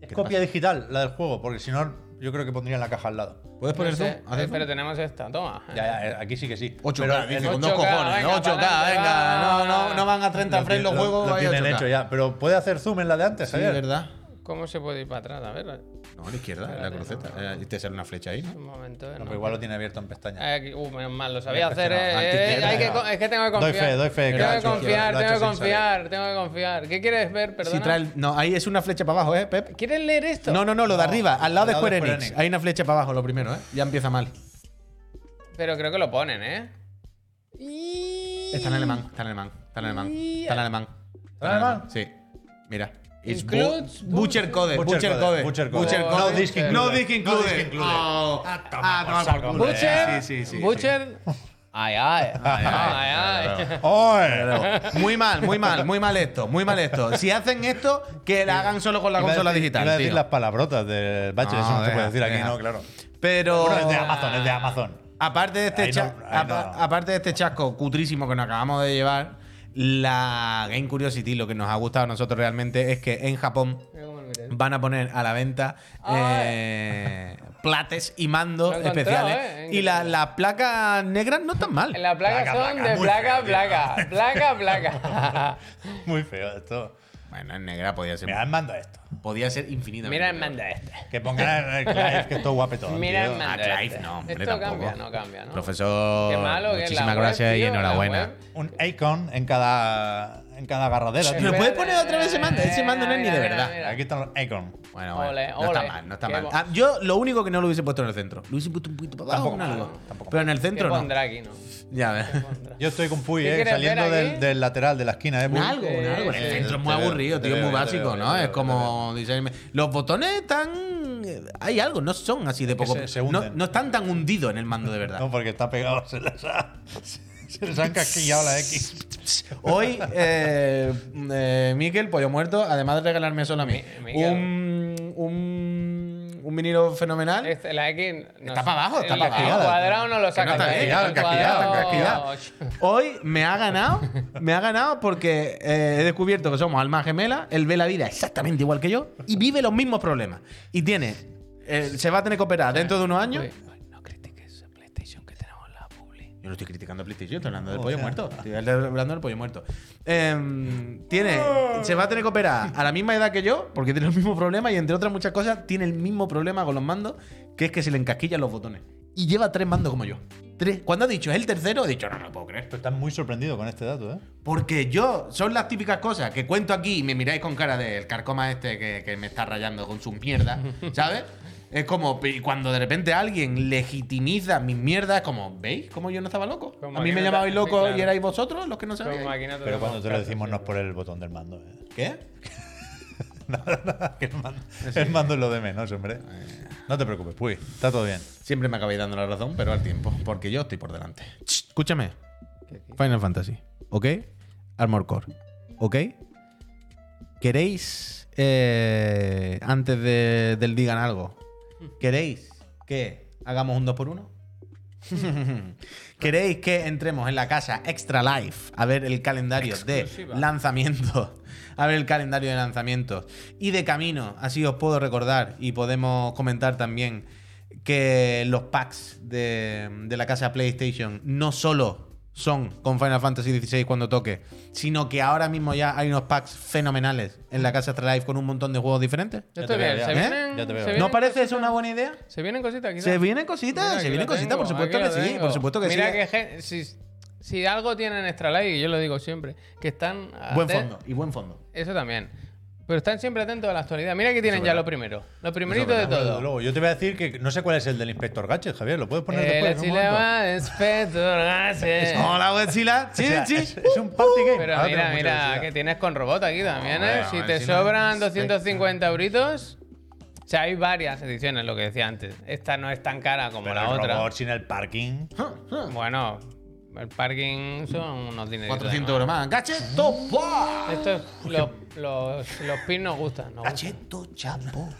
S3: es
S1: te
S3: copia digital la del juego, porque si no, yo creo que pondría la caja al lado.
S1: ¿Puedes
S2: No
S1: poner
S2: sé,
S1: zoom? ¿Hacer
S2: eh, pero
S1: zoom?
S2: tenemos esta, toma.
S3: Ya, ya, eh, aquí sí que sí.
S1: 8K,
S3: Pero
S1: dice,
S3: el-
S1: con dos
S2: 8K,
S1: cojones.
S2: venga,
S1: 8K,
S2: pa'lante,
S1: venga. No,
S2: va.
S1: no, no van a 30 frames los
S3: lo-
S1: juegos,
S3: lo
S1: vaya
S3: tienen
S1: 8K.
S3: hecho ya. Pero puede hacer zoom en la de antes,
S1: Sí,
S3: Javier.
S1: verdad.
S2: ¿Cómo se puede ir para atrás? A ver,
S1: No, a la izquierda, en la
S2: Espérate,
S1: cruceta.
S2: no.
S1: Eh, y te sale una flecha ahí, ¿no?
S2: un momento. eh,
S3: No,
S2: no.
S3: pero igual lo tiene abierto en pestañas.
S2: Ay, aquí- uh, menos mal, lo sabía
S3: Mira,
S2: hacer.
S3: que no,
S2: eh,
S1: antes
S2: eh,
S1: izquierda,
S2: hay que
S1: izquierda.
S2: co- es que tengo que
S3: Doy
S2: confiar.
S3: fe, doy fe, que lo
S2: Tengo
S3: ha
S2: que
S3: hecho,
S2: confiar,
S3: lo ha
S2: tengo que
S3: hecho sin
S2: confiar, tengo que confiar. ¿Qué quieres ver? Perdona.
S1: Si trae el- no, ahí es una flecha para abajo, ¿eh, Pep?
S2: ¿Quieres leer esto?
S1: No, no, no, lo de
S3: No,
S1: arriba, al lado de Square Enix.
S3: Enix.
S1: Hay una flecha para abajo, lo primero, ¿eh? Ya empieza mal.
S2: Pero creo que lo ponen, ¿eh?
S1: Está en alemán, está en alemán, está en alemán, está en alemán.
S3: ¿Está en alemán?
S1: Sí. Mira. It's bu-
S2: Includes bu-
S1: Butcher Code,
S3: Butcher
S1: Butcher
S3: Code,
S1: Code.
S3: Butcher Code.
S1: Butcher
S2: No
S1: Code.
S2: disc included.
S1: No disc included.
S3: No disc included.
S1: Oh.
S3: Ah, toma
S1: Ah, toma
S3: por
S1: por
S3: saco,
S1: culo.
S3: hombre.
S2: Butcher.
S1: Sí, sí, sí.
S2: Butcher. Ay, ay. Ay, ay. ay.
S3: ¡Oye!
S1: Muy mal, muy mal, muy mal esto, muy mal esto. Si hacen esto, que la hagan solo con la
S3: Iba a
S1: consola
S3: decir-
S1: digital.
S3: Iba a decir
S1: tío.
S3: las palabrotas del bache,
S1: No,
S3: eso no se
S1: deja,
S3: puede decir aquí,
S1: deja.
S3: no, Ah, claro. Oh.
S1: Pero
S3: Bueno, es de Amazon, es de Amazon.
S1: aparte de este
S3: Ahí no,
S1: cha-
S3: ahí
S1: apa-
S3: no.
S1: aparte de este chasco cutrísimo que nos acabamos de llevar, la Game Curiosity lo que nos ha gustado a nosotros realmente es que en Japón
S2: Mira cómo lo miré.
S1: van a poner a la venta
S2: Ay.
S1: eh, plates y mandos
S2: Lo he encontrado,
S1: especiales.
S2: eh.
S1: Y la- las placas negras no están mal.
S2: En la placa,
S3: Placa,
S2: son
S3: placa,
S2: de
S3: muy
S2: placa,
S3: feo,
S2: placa.
S3: tío.
S2: Placa, placa.
S3: Muy feo esto.
S1: Bueno, en negra podía ser,
S3: Mira, han manda esto.
S1: podía ser infinitamente.
S2: Mira el
S1: peor.
S2: mando este.
S3: Que pongan el Clive, que esto es guapetón.
S2: Mira
S3: tío.
S2: el
S1: Ah,
S2: mando
S1: Clive,
S2: este.
S1: no, hombre,
S2: Esto
S1: tampoco.
S2: cambia, no cambia, ¿no?
S1: Profesor,
S2: Qué malo que es la
S1: muchísimas
S2: web,
S1: gracias y
S2: tío, la
S1: enhorabuena.
S2: web.
S3: Un icon en cada, en cada garradera.
S1: ¿Me
S3: tío.
S1: lo puedes poner otra vez ese mando? Ese mando no es ni de
S2: Mira, mira,
S1: verdad.
S2: mira.
S3: Aquí están los icons.
S1: Bueno, bueno,
S2: Ole,
S1: no
S2: ole.
S1: está mal, no está
S2: Qué
S1: mal.
S2: bo-
S1: Ah, yo lo único que no lo hubiese puesto en el centro. Lo hubiese puesto un poquito para abajo, un
S3: Tampoco mal,
S1: algo.
S3: tampoco
S1: Pero en el
S2: ¿Qué
S1: centro no.
S2: pondrá aquí, no?
S1: Ya ves.
S3: Yo estoy con Puy,
S2: ¿Qué
S3: eh,
S2: quieres ver
S3: saliendo
S2: aquí?
S3: del, del lateral de la esquina, eh. Puy.
S1: Un algo, un algo.
S2: Sí,
S1: El
S2: sí,
S1: centro
S3: te
S1: es muy
S3: veo,
S1: aburrido,
S3: te
S1: tío, es
S3: veo,
S1: muy
S3: te
S1: básico,
S3: veo,
S1: ¿no?
S3: te veo,
S1: Es
S3: te
S1: como diseño- Los botones están. eh, Hay algo, no son así de
S3: que
S1: poco.
S3: se- se
S1: no,
S3: hunden.
S1: no están tan hundidos en el mando de verdad.
S3: No, porque está pegado, se les ha, se les han casquillado la X.
S1: Hoy, eh, eh, Miquel, Pollo Muerto, además de regalarme solo a mí,
S2: Mi- Miquel.
S1: un, un, un vinilo fenomenal.
S2: Este, la X. no
S1: Está
S2: sé.
S1: para abajo, está
S2: El-
S1: para
S2: El
S1: abajo.
S2: cuadrado no lo
S1: Que no
S2: saca.
S1: está
S2: nadie.
S1: bien,
S2: El
S3: casquillado,
S2: cuadrado-
S3: casquillado.
S1: Hoy me ha ganado, me ha ganado porque eh, he descubierto que somos almas gemelas, él ve la vida exactamente igual que yo y vive los mismos problemas. Y tiene, eh, se va a tener que operar dentro de unos años.
S2: Uy, No critiques a PlayStation que tenemos la publi.
S1: Yo no estoy criticando a PlayStation, estoy hablando del
S3: O
S1: pollo
S3: sea.
S1: muerto. Estoy hablando del pollo muerto. Em, tiene, se va a tener que operar a la misma edad que yo, porque tiene el mismo problema y entre otras muchas cosas tiene el mismo problema con los mandos, que es que se le encasquillan los botones. Y lleva tres mandos como yo. Tres. Cuando ha dicho, es el tercero, he dicho, no, no lo puedo creer.
S3: Pero estás muy sorprendido con este dato, eh.
S1: Porque yo, son las típicas cosas que cuento aquí y me miráis con cara del carcoma este que, que me está rayando con sus mierdas, ¿sabes? Es como pi- cuando de repente alguien legitimiza mis mierdas, es como, ¿veis cómo yo no estaba loco?
S2: Como
S1: a mí
S2: aquí
S1: me
S2: no te-
S1: llamabais
S2: sí,
S1: loco
S2: claro.
S1: y erais vosotros los que no
S2: Como
S1: sabíais.
S2: aquí no
S3: Pero cuando te lo
S2: caso,
S3: decimos
S2: sí.
S3: no es por el botón del mando, eh.
S1: ¿Qué?
S3: Que el mando, el mando es lo de menos, hombre. No te preocupes, Puy, está todo bien.
S1: Siempre me acabáis dando la razón, pero al tiempo, porque yo estoy por delante. Ch, Escúchame. Final Fantasy, ¿ok? Armor Core, ¿ok? ¿Queréis, eh, antes de- del digan algo, ¿queréis que hagamos un 2x1? ¿Queréis que entremos en la casa Extra Life a ver el calendario
S2: Exclusiva.
S1: de lanzamientos? A ver el calendario de lanzamientos. Y de camino, así os puedo recordar y podemos comentar también que los packs de, de la casa PlayStation no solo son con Final Fantasy XVI cuando toque, sino que ahora mismo ya hay unos packs fenomenales en la casa Extra Life con un montón de juegos diferentes.
S2: Yo
S3: Ya
S2: estoy
S3: te veo,
S2: bien. ¿Se
S3: ya.
S1: ¿Eh?
S2: vienen?
S3: Ya te veo.
S2: se
S1: ¿No
S2: vienen
S1: parece eso
S2: cositas?
S1: una buena idea?
S2: Se vienen cositas, quizás.
S1: Se vienen cositas,
S2: Mira, aquí
S1: se
S2: lo
S1: vienen cositas,
S2: tengo,
S1: por supuesto
S2: aquí
S1: que
S2: lo
S1: sí,
S2: tengo.
S1: por supuesto que
S2: Mira
S1: sí.
S2: que gen- si, si algo tienen extra like, yo lo digo siempre, que están.
S1: Buen
S2: aten-
S1: fondo, y buen fondo.
S2: Eso también. Pero están siempre atentos a la actualidad. Mira que tienen ya lo primero. Lo primerito de
S3: Desde
S2: todo.
S3: luego, yo te voy a decir que no sé cuál es el del inspector Gadget, Javier. ¿Lo puedes poner
S2: El
S3: después? en un momento?
S2: chilema gracias.
S1: Hola, Godzilla.
S3: O
S1: Sí,
S3: sea,
S1: sí.
S3: es, es un party game. Ah,
S2: Pero
S3: Ahora
S2: mira,
S3: tenemos mucha
S2: mira,
S3: velocidad.
S2: que tienes con robot aquí también, ¿eh?
S1: Bueno,
S2: Si
S1: a
S2: te
S1: ver si no
S2: sobran
S1: me afecta.
S2: 250 euritos. O sea, hay varias ediciones, lo que decía antes. Esta no es tan cara como
S3: Pero
S2: la
S3: el
S2: otra. Eh,
S3: robot sin el parking.
S1: Ah, ah.
S2: Bueno, El parking son unos dineritos.
S1: 400 euros más. ¡Gacheto! pa!
S2: Esto es- los, los, los pins nos gustan.
S3: Ah,
S2: Nos gustan.
S1: Gacheto chapo.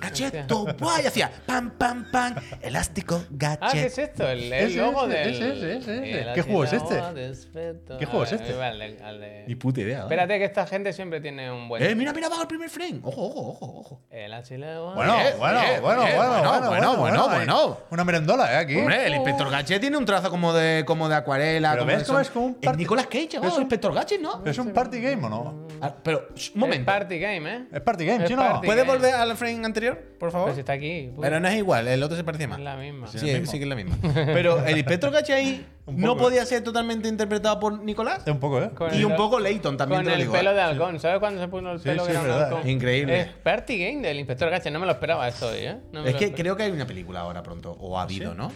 S1: Gacheto, guay. Y Hacía pam, pam, pam. Elástico,
S2: Ah, ¿qué
S1: gachet.
S2: es esto? El, el
S3: Ese,
S2: logo
S3: ese,
S2: del.
S3: ese, ese, ese, ese.
S2: el
S3: ¿Qué juego es este?
S2: atentado de respeto.
S3: ¿Qué juego es
S2: Ah,
S3: este?
S2: iba al de- al de-
S1: Ni puta idea. ¿vale?
S2: Espérate que esta gente siempre tiene un buen.
S1: Eh, mira, mira, bajo el primer frame. Ojo, ojo, ojo, ojo.
S2: El achileo.
S3: Bueno,
S1: Bien,
S3: bueno,
S2: eh,
S1: bien,
S3: bueno,
S1: bien,
S3: bueno,
S1: bueno,
S3: bueno,
S1: bueno, bueno,
S3: hay
S1: bueno.
S3: Una merendola, ¿eh? Aquí.
S1: Hombre, el inspector Gachet tiene un trazo como de, como de acuarela.
S3: Pero
S1: como
S3: ves
S1: de
S3: cómo
S1: son-
S3: es como un Eh.
S1: Es
S3: parte-
S1: Nicolas Cage, chaval,
S3: Pero
S1: el
S3: es-
S1: inspector Gachet, ¿no?
S3: ¿Es un party game o no?
S1: Ah, Pero, shh, un
S2: Es
S1: momento.
S2: party game, ¿eh?
S3: Es party game,
S2: Es
S3: ¿sí o no?
S2: party.
S1: ¿Puedes volver al frame anterior, por favor?
S2: Pero si está aquí. puta,
S1: Pero no es igual, el otro se parecía más.
S2: es la misma.
S1: Sí, sí que es la misma. Pero el inspector Gachet ahí
S3: Un
S1: no
S3: poco.
S1: podía ser totalmente interpretado por Nicolás.
S3: Un poco, ¿eh?
S2: Con
S1: Y
S2: el-
S1: un poco Leighton también.
S2: Con
S1: te lo
S2: el
S1: digo,
S2: pelo
S1: ¿eh?
S2: de halcón. ¿Sabes cuándo se puso el
S3: Sí,
S2: pelo
S3: sí,
S2: que era
S3: es
S2: un
S3: verdad.
S2: halcón?
S1: Increíble.
S2: Es party game del inspector Gache. No me lo esperaba esto hoy, ¿eh? No me
S1: Es
S2: lo
S1: que
S2: esperaba.
S1: creo que hay una película ahora pronto, o ha
S3: ¿Ah,
S1: habido, ¿no?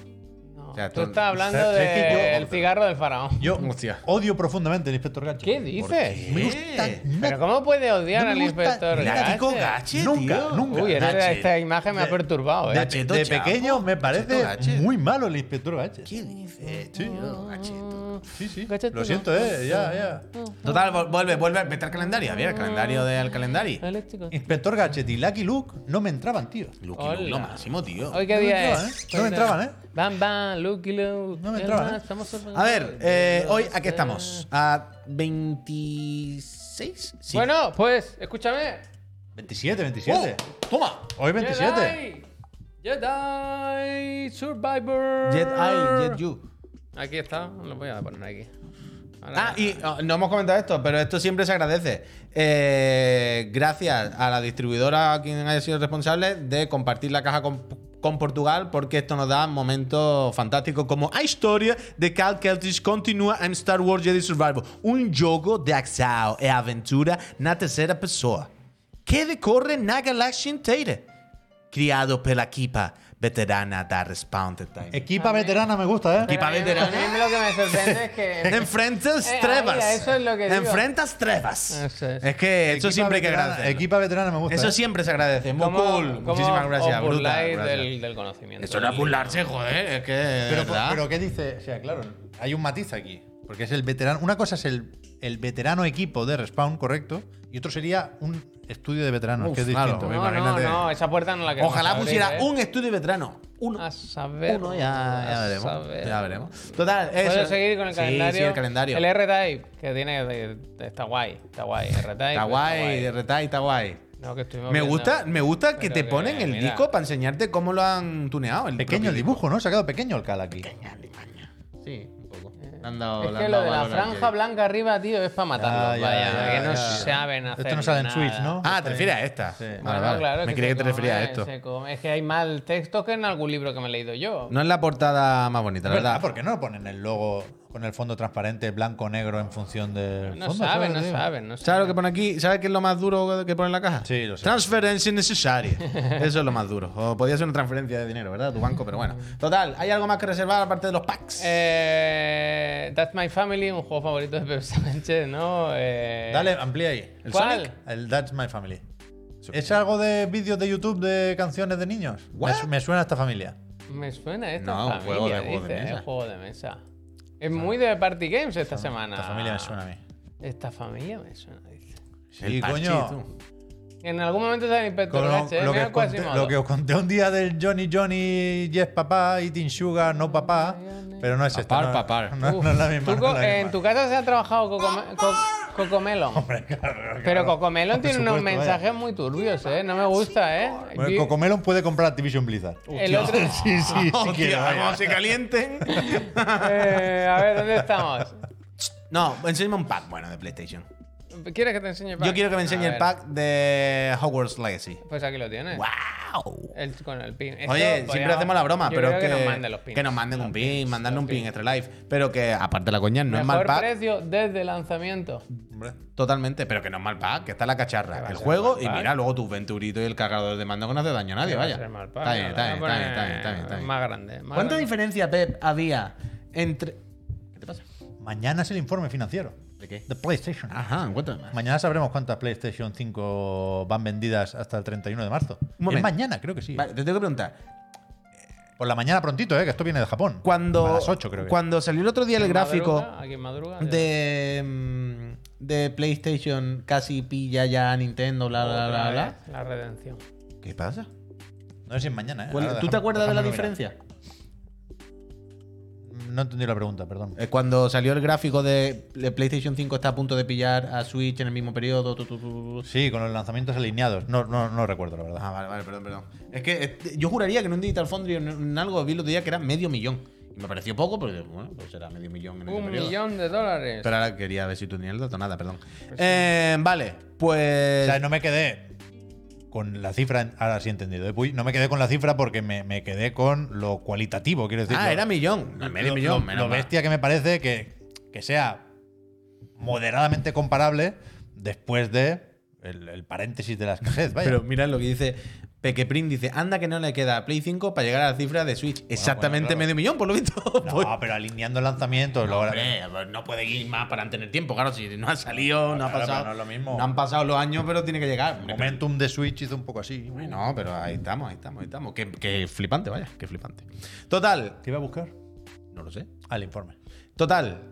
S2: No,
S1: O sea,
S2: tú
S1: tú-
S2: estás hablando
S3: sé- sé que yo-
S2: del cigarro del faraón.
S3: Yo
S1: Hostia.
S3: odio profundamente el inspector Gadget.
S2: ¿Qué
S1: ¿Por
S2: dices?
S1: qué?
S3: Me gusta
S2: ¿Pero cómo puede odiar
S3: No
S2: al
S3: me gusta
S2: inspector
S3: nada,
S2: Gadget?
S1: Nico Gache,
S3: Nunca,
S1: tío.
S3: nunca.
S2: Uy, esta-
S1: Gadget.
S2: esta imagen me ha
S3: De-
S2: perturbado, ¿eh?
S1: Gacheto,
S3: de
S1: chapo.
S3: pequeño me parece
S1: Gacheto, Gadget.
S3: muy malo el inspector Gadget.
S1: ¿Qué dices,
S3: Eh, Sí.
S1: tío? Gacheto.
S2: Mm,
S3: Sí, sí.
S2: Gadget
S3: Lo
S2: no.
S3: siento, eh. Ya, ya.
S1: Total, vol- vuelve, vuelve, vete al calendario. Mira, el calendario del calendario.
S2: Eléctrico.
S3: Inspector Gadget y Lucky Luke no me entraban, tío.
S1: Lucky Luke, lo
S2: Hola.
S1: máximo, tío.
S2: Hoy qué
S3: No me
S2: día es.
S3: entraban, ¿eh? No me entraban, ¿eh?
S2: Bam, bam, looky, look.
S3: No me entraban, ¿eh?
S1: A ver, eh, hoy aquí estamos. A 26. Sí.
S2: Bueno, pues, escúchame.
S3: 27,
S1: ¡Oh!
S3: 27.
S1: ¡Toma!
S3: Hoy 27.
S2: Jedi, Jedi Survivor.
S1: Jet I, Jet You.
S2: Aquí está, lo voy a poner aquí. Ahora-
S1: Ah, y oh, no hemos comentado esto, pero esto siempre se agradece. Eh, gracias a la distribuidora, a quien haya sido responsable, de compartir la caja con, con Portugal, porque esto nos da momentos fantásticos como A historia de Cal Keltis continúa en Star Wars Jedi Survival, un juego de acción e aventura na terceira pessoa, que decorre na galaxia inteira, criado pela equipa veterana da Respawn Entertainment.
S3: Equipa veterana me gusta,
S1: Equipa-
S3: eh.
S2: Pero
S1: veterana.
S2: a mí- A mí lo que me sorprende es que.
S1: Enfrentas
S2: Eh, ahí,
S1: trevas.
S2: eso es lo que digo.
S1: Enfrentas trevas.
S2: Eso es.
S1: es. que eso
S3: Equipa
S1: siempre hay que
S3: veterana-
S1: agradecer.
S3: Equipa veterana me gusta.
S1: Eso
S3: eh.
S1: siempre se agradece. Muy
S2: ¿Cómo-
S1: cool.
S2: cómo
S1: Muchísimas gracias.
S2: os
S1: brutal,
S2: burláis
S1: gracias.
S2: Del, del conocimiento.
S1: Eso no es burlarse, joder. Es que.
S3: Pero,
S1: ¿verdad?
S3: pero ¿qué dice? O sea, claro, hay un matiz aquí. Porque es el veterano. Una cosa es el, el veterano equipo de Respawn, correcto. Y otro sería un estudio de veteranos,
S1: Uf,
S3: que es
S1: claro.
S3: distinto.
S2: No, no,
S1: Imagínate.
S2: no, esa puerta no la queremos
S1: Ojalá
S2: abrir,
S1: pusiera
S2: ¿eh?
S1: un estudio veterano. Uno.
S2: A saber.
S1: Uno, ya, ya
S2: a
S1: veremos.
S2: saber.
S1: Ya veremos. Total, eso.
S2: ¿Puedo seguir con el
S1: Sí,
S2: calendario?
S1: Sí, el calendario.
S2: El R-Type, que tiene. de- Está guay, está guay. R-Type.
S1: Está guay, de reta y está guay.
S2: No, que estuvimos
S1: Me
S2: viendo-
S1: gusta, me gusta que
S2: Pero
S1: te
S2: que,
S1: ponen el
S2: mira.
S1: disco para enseñarte cómo lo han tuneado. El
S3: Pequeño
S1: propio
S3: el dibujo, ¿no? Se ha quedado pequeño el cal aquí.
S1: Sí, un poco. Le han dado-
S2: Es
S1: le
S2: que
S1: han
S2: lo
S1: dado
S2: de la
S1: valor al
S2: franja
S1: Jedi.
S2: blanca arriba, tío, es para matarlo.
S3: Ya, ya,
S2: vaya,
S3: ya,
S2: que no
S3: ya.
S2: saben hacer.
S3: Esto no sale en
S2: nada.
S3: Switch, ¿no?
S1: Ah,
S3: Está
S1: te refieres
S3: bien.
S1: a esta.
S3: Sí.
S1: Vale,
S2: Bueno,
S1: vale.
S2: claro,
S1: Me
S2: que
S1: creía
S2: se
S1: que te referías a
S2: come,
S1: esto.
S2: se come. Es que hay mal texto que en algún libro que me he leído yo.
S1: No es la portada más bonita, la
S3: ¿Verdad?
S1: verdad.
S3: ¿Por qué no ponen el logo con el fondo transparente blanco-negro en función del
S2: No
S3: fondo?
S2: saben, no
S3: tío?
S2: saben, no
S1: ¿Sabes lo
S2: saben.
S1: que pone aquí? ¿Sabes qué es lo más duro que pone en la caja?
S3: Sí, lo sé.
S1: Transferencia innecesaria. Eso es lo más duro. O podía ser una transferencia de dinero, ¿verdad? A tu banco, pero bueno. Total, ¿hay algo más que reservar aparte de los packs?
S2: Eh, That's My Family, un juego favorito de Pep Sánchez, ¿no? Eh,
S3: Dale, amplía ahí. ¿El
S2: ¿Cuál?
S3: Sonic? El That's My Family. ¿Es algo de vídeos de YouTube de canciones de niños? Me,
S1: What?
S3: me suena a esta familia.
S2: Me suena esto.
S1: No, un juego de- juego de mesa.
S2: Es juego de mesa. Es muy de Party Games esta semana.
S3: Esta familia me suena a mí.
S2: Esta familia me suena, dice.
S3: el
S1: parche,
S3: coño.
S1: tú.
S2: En algún momento sale el inspector
S3: Con lo,
S2: Gadget,
S3: lo
S2: eh, mira
S3: que os
S2: el
S3: conté,
S2: Quasimodo.
S3: lo que os conté un día del Johnny Johnny, Yes Papá, Eating Sugar, No Papá, pero no es esto.
S1: Papar,
S3: no,
S1: papar.
S3: No,
S2: Uf,
S3: no es la misma.
S2: tú
S3: no
S2: co-
S3: es la misma.
S2: en tu casa se ha trabajado Cocome- Co- Cocomelon.
S3: Hombre, claro,
S2: Pero
S3: claro.
S2: Cocomelon
S3: Por
S2: tiene unos
S3: supuesto, vaya.
S2: mensajes muy turbios, ¿eh? No me gusta, ¿eh?
S3: Bueno,
S2: Vi-
S3: Cocomelon puede comprar Activision Blizzard.
S2: el otro...
S3: Sí, sí, sí.
S1: Hostia,
S3: quiere, vaya.
S1: como se calienten.
S2: Eh, a ver, ¿dónde estamos?
S1: no, enséñame un pack bueno de PlayStation.
S2: ¿Quieres que te enseñe el pack?
S1: Yo quiero que me enseñe
S2: A
S1: el
S2: ver,
S1: pack de Hogwarts Legacy.
S2: Pues aquí lo tienes.
S1: ¡Wow!
S2: El- con el pin. Esto
S1: Oye, siempre
S2: podríamos-
S1: hacemos la broma,
S2: yo
S1: pero
S2: creo
S1: que,
S2: nos manden los pins.
S1: que nos manden un pin, mandarnos un
S2: los
S1: pin
S2: pins.
S1: extra live. Pero que, aparte de la coña, no es mal
S2: Mejor
S1: pack.
S2: precio desde lanzamiento.
S3: Hombre.
S1: Totalmente, pero que no es mal pack, que está la cacharra, el
S2: ser
S1: juego
S2: mal
S1: y
S2: pack.
S1: mira luego tus venturitos y el cargador de mando que no hace daño a nadie,
S2: Va a
S1: vaya.
S2: ser mal pack,
S1: Está bien,
S2: lo
S1: está
S2: voy a
S1: bien, está bien, está bien,
S2: poner
S1: está bien, está bien.
S2: Más grande. más
S1: ¿Cuánta
S2: grande.
S1: diferencia, Pep, había entre. ¿Qué te pasa?
S3: Mañana es el informe financiero
S1: ¿De qué?
S3: de PlayStation.
S2: Ah,
S1: Ajá, cuéntame más.
S3: Mañana sabremos cuántas PlayStation 5 van vendidas hasta el 31 de marzo.
S1: Un momento.
S3: Es mañana, creo que sí.
S1: Vale, te tengo que preguntar.
S3: Por la mañana prontito, ¿eh? que esto viene de Japón.
S1: Cuando,
S3: A las 8, creo que.
S1: cuando salió el otro día el
S2: ¿Quién
S1: gráfico
S2: madruga? ¿A quién madruga?
S1: de, mm, de PlayStation, casi pilla ya a Nintendo, bla, bla,
S2: Otra
S1: bla, bla.
S2: vez, La redención.
S1: ¿Qué pasa?
S3: No sé si es mañana, ¿eh?
S1: ¿Cuál-
S3: Ahora
S1: ¿Tú te
S3: déjame-
S1: acuerdas de la
S3: déjamelo mirar.
S1: diferencia?
S3: No entendí la pregunta, perdón.
S1: Eh, Cuando salió el gráfico de de PlayStation 5 está a punto de pillar a Switch en el mismo periodo. tu, tu, tu, tu, tu.
S3: Sí, con los lanzamientos alineados. No, no, no recuerdo, la verdad.
S1: pues- Ah, vale, vale, perdón, perdón. Es que este, yo juraría que en un Digital Foundry o en, en algo vi el otro día que era medio millón. Y me pareció poco, pero bueno, pues será medio millón en ese
S2: Un
S1: periodo.
S2: millón Pues de dólares.
S1: Pero ahora quería ver si tú tenías el dato, nada, perdón. Eh, vale, pues.
S3: O sea, no me quedé con la cifra, ahora sí he entendido. ¿eh, Puy? No me quedé con la cifra porque me, me quedé con lo cualitativo, quiero decir.
S1: ah,
S3: lo-
S1: era millón. No, medio
S3: lo-
S1: millón,
S3: lo-
S1: menos
S3: Lo
S1: mal.
S3: bestia que me parece que, que sea moderadamente comparable después de el, el paréntesis de la escasez. Vaya.
S1: Pero mira lo que dice Pequeprin: dice, anda que no le queda a Play 5 para llegar a la cifra de Switch. Exactamente
S3: bueno, claro.
S1: medio millón, por lo visto. Pues-
S3: no, pero alineando lanzamientos. luego-
S1: Hombre, pues no puede ir más para tener tiempo. Claro, si no ha salido, no ha
S3: Claro, pero
S1: pasado.
S3: no es lo mismo.
S1: no han pasado los años, pero tiene que llegar. Hombre,
S3: Momentum de Switch hizo un poco así.
S1: pero- No, pero ahí estamos, ahí estamos, ahí estamos. Qué, qué flipante, vaya, qué flipante. Total,
S3: ¿Te iba a buscar?
S1: no lo sé.
S3: Al informe.
S1: Total,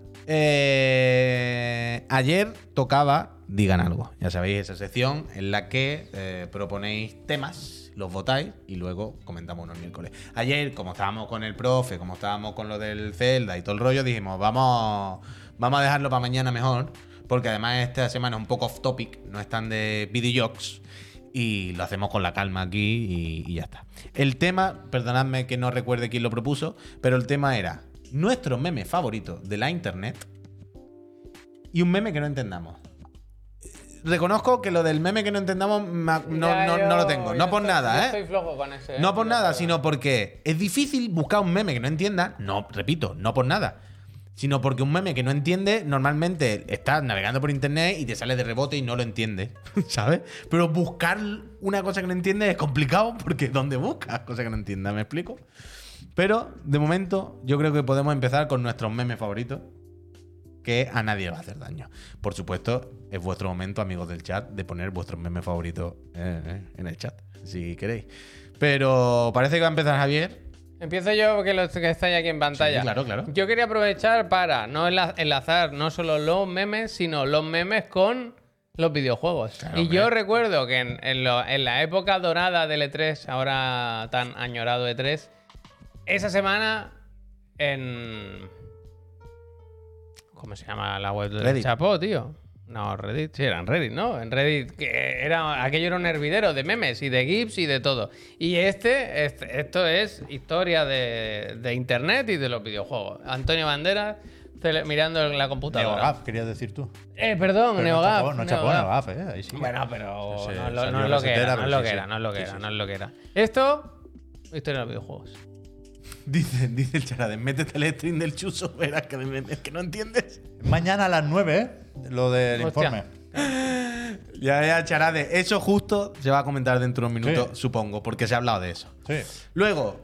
S1: eh, ayer tocaba Digan algo. Ya sabéis, esa sección en la que eh, proponéis temas, los votáis y luego comentamos uno el miércoles. Ayer, como estábamos con el profe, como estábamos con lo del Zelda y todo el rollo, dijimos, vamos, vamos a dejarlo para mañana mejor, porque además esta semana es un poco off topic, no es tan de videojuegos. Y lo hacemos con la calma aquí y, y ya está. El tema, perdonadme que no recuerde quién lo propuso, pero el tema era nuestro meme favorito de la internet y un meme que no entendamos. Eh, Reconozco que lo del meme que no entendamos ma- no,
S2: Ya
S1: no-
S2: yo-
S1: no lo tengo.
S2: yo
S1: No por
S2: estoy-
S1: nada,
S2: yo
S1: ¿eh?
S2: Estoy flojo con ese.
S1: No por
S2: eh,
S1: nada,
S2: pero-
S1: sino porque es difícil buscar un meme que no entienda. No, repito, no por nada. Sino porque un meme que no entiende, normalmente estás navegando por internet y te sale de rebote y no lo entiendes, ¿sabes? Pero buscar una cosa que no entiendes es complicado porque ¿dónde buscas cosas que no entiendas? ¿Me explico? Pero, de momento, yo creo que podemos empezar con nuestros memes favoritos, que a nadie va a hacer daño. Por supuesto, es vuestro momento, amigos del chat, de poner vuestros memes favoritos eh, eh, en el chat, si queréis. Pero parece que va a empezar Javier.
S2: Empiezo yo porque los que estáis aquí en pantalla.
S1: Sí, claro, claro.
S2: Yo quería aprovechar para no enla- enlazar no solo los memes, sino los memes con los videojuegos.
S1: Claro,
S2: y
S1: hombre.
S2: yo recuerdo que en, en lo- en la época dorada del E3, ahora tan añorado E3, esa semana en... ¿Cómo se llama la web del
S1: Reddit.
S2: Chapo, tío? No, Reddit, sí, era en Reddit, ¿no? En Reddit, que era, aquello era un hervidero de memes y de GIFs y de todo. Y este, este- esto es historia de, de internet y de los videojuegos. Antonio Banderas tele- mirando en la computadora.
S3: NeoGAF, querías decir tú.
S2: Eh, perdón,
S3: Pero
S2: NeoGAF.
S3: No chapó, no chapó
S2: NeoGAF.
S3: NeoGAF, ¿eh? Ahí sí.
S2: Bueno, pero
S3: Sí,
S2: no, es lo-
S3: salió
S2: no es
S3: la
S2: lo que era,
S3: setera,
S2: no es
S3: pero
S2: lo
S3: sí,
S2: que
S3: sí.
S2: era, no es lo que
S3: Sí,
S2: era,
S3: sí,
S2: no es lo que era. Esto, historia de los videojuegos.
S1: Dice, dice el charade, métete el stream del chuso, verás que, es que no entiendes.
S3: Mañana a las 9, ¿eh? Lo del
S2: Hostia.
S3: informe.
S1: Ya, ya, charade. Eso justo se va a comentar dentro de un minuto,
S3: Sí.
S1: supongo, porque se ha hablado de eso.
S3: Sí.
S1: Luego,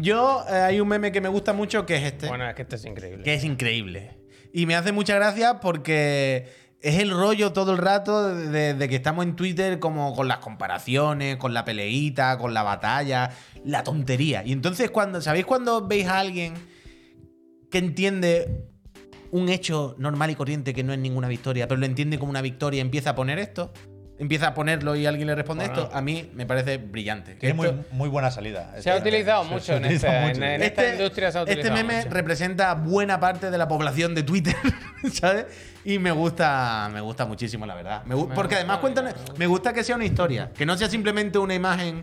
S1: yo eh, hay un meme que me gusta mucho que es este.
S2: Bueno, es que esto es increíble.
S1: que es increíble. Y me hace mucha gracia porque es el rollo todo el rato de, de que estamos en Twitter como con las comparaciones, con la peleita, con la batalla, la tontería. Y entonces cuando, ¿sabéis cuando veis a alguien que entiende un hecho normal y corriente que no es ninguna victoria, pero lo entiende como una victoria y empieza a poner esto? Empieza a ponerlo y alguien le responde
S2: Bueno.
S1: esto. A mí me parece brillante.
S3: Tiene
S1: Esto-
S3: muy, muy buena salida. Este
S2: Se ha utilizado
S3: se-
S2: mucho
S3: se
S2: en
S3: utiliza
S2: este-
S3: mucho.
S2: en- en- esta industria se ha
S1: este
S2: utilizado
S1: meme
S2: mucho.
S1: representa buena parte de la población de Twitter, ¿sabes? Y me gusta, me gusta muchísimo, la verdad. Me gu-
S2: Me
S1: porque
S2: gusta,
S1: además cuentan,
S2: me gusta.
S1: me gusta que sea una historia, que no sea simplemente una imagen,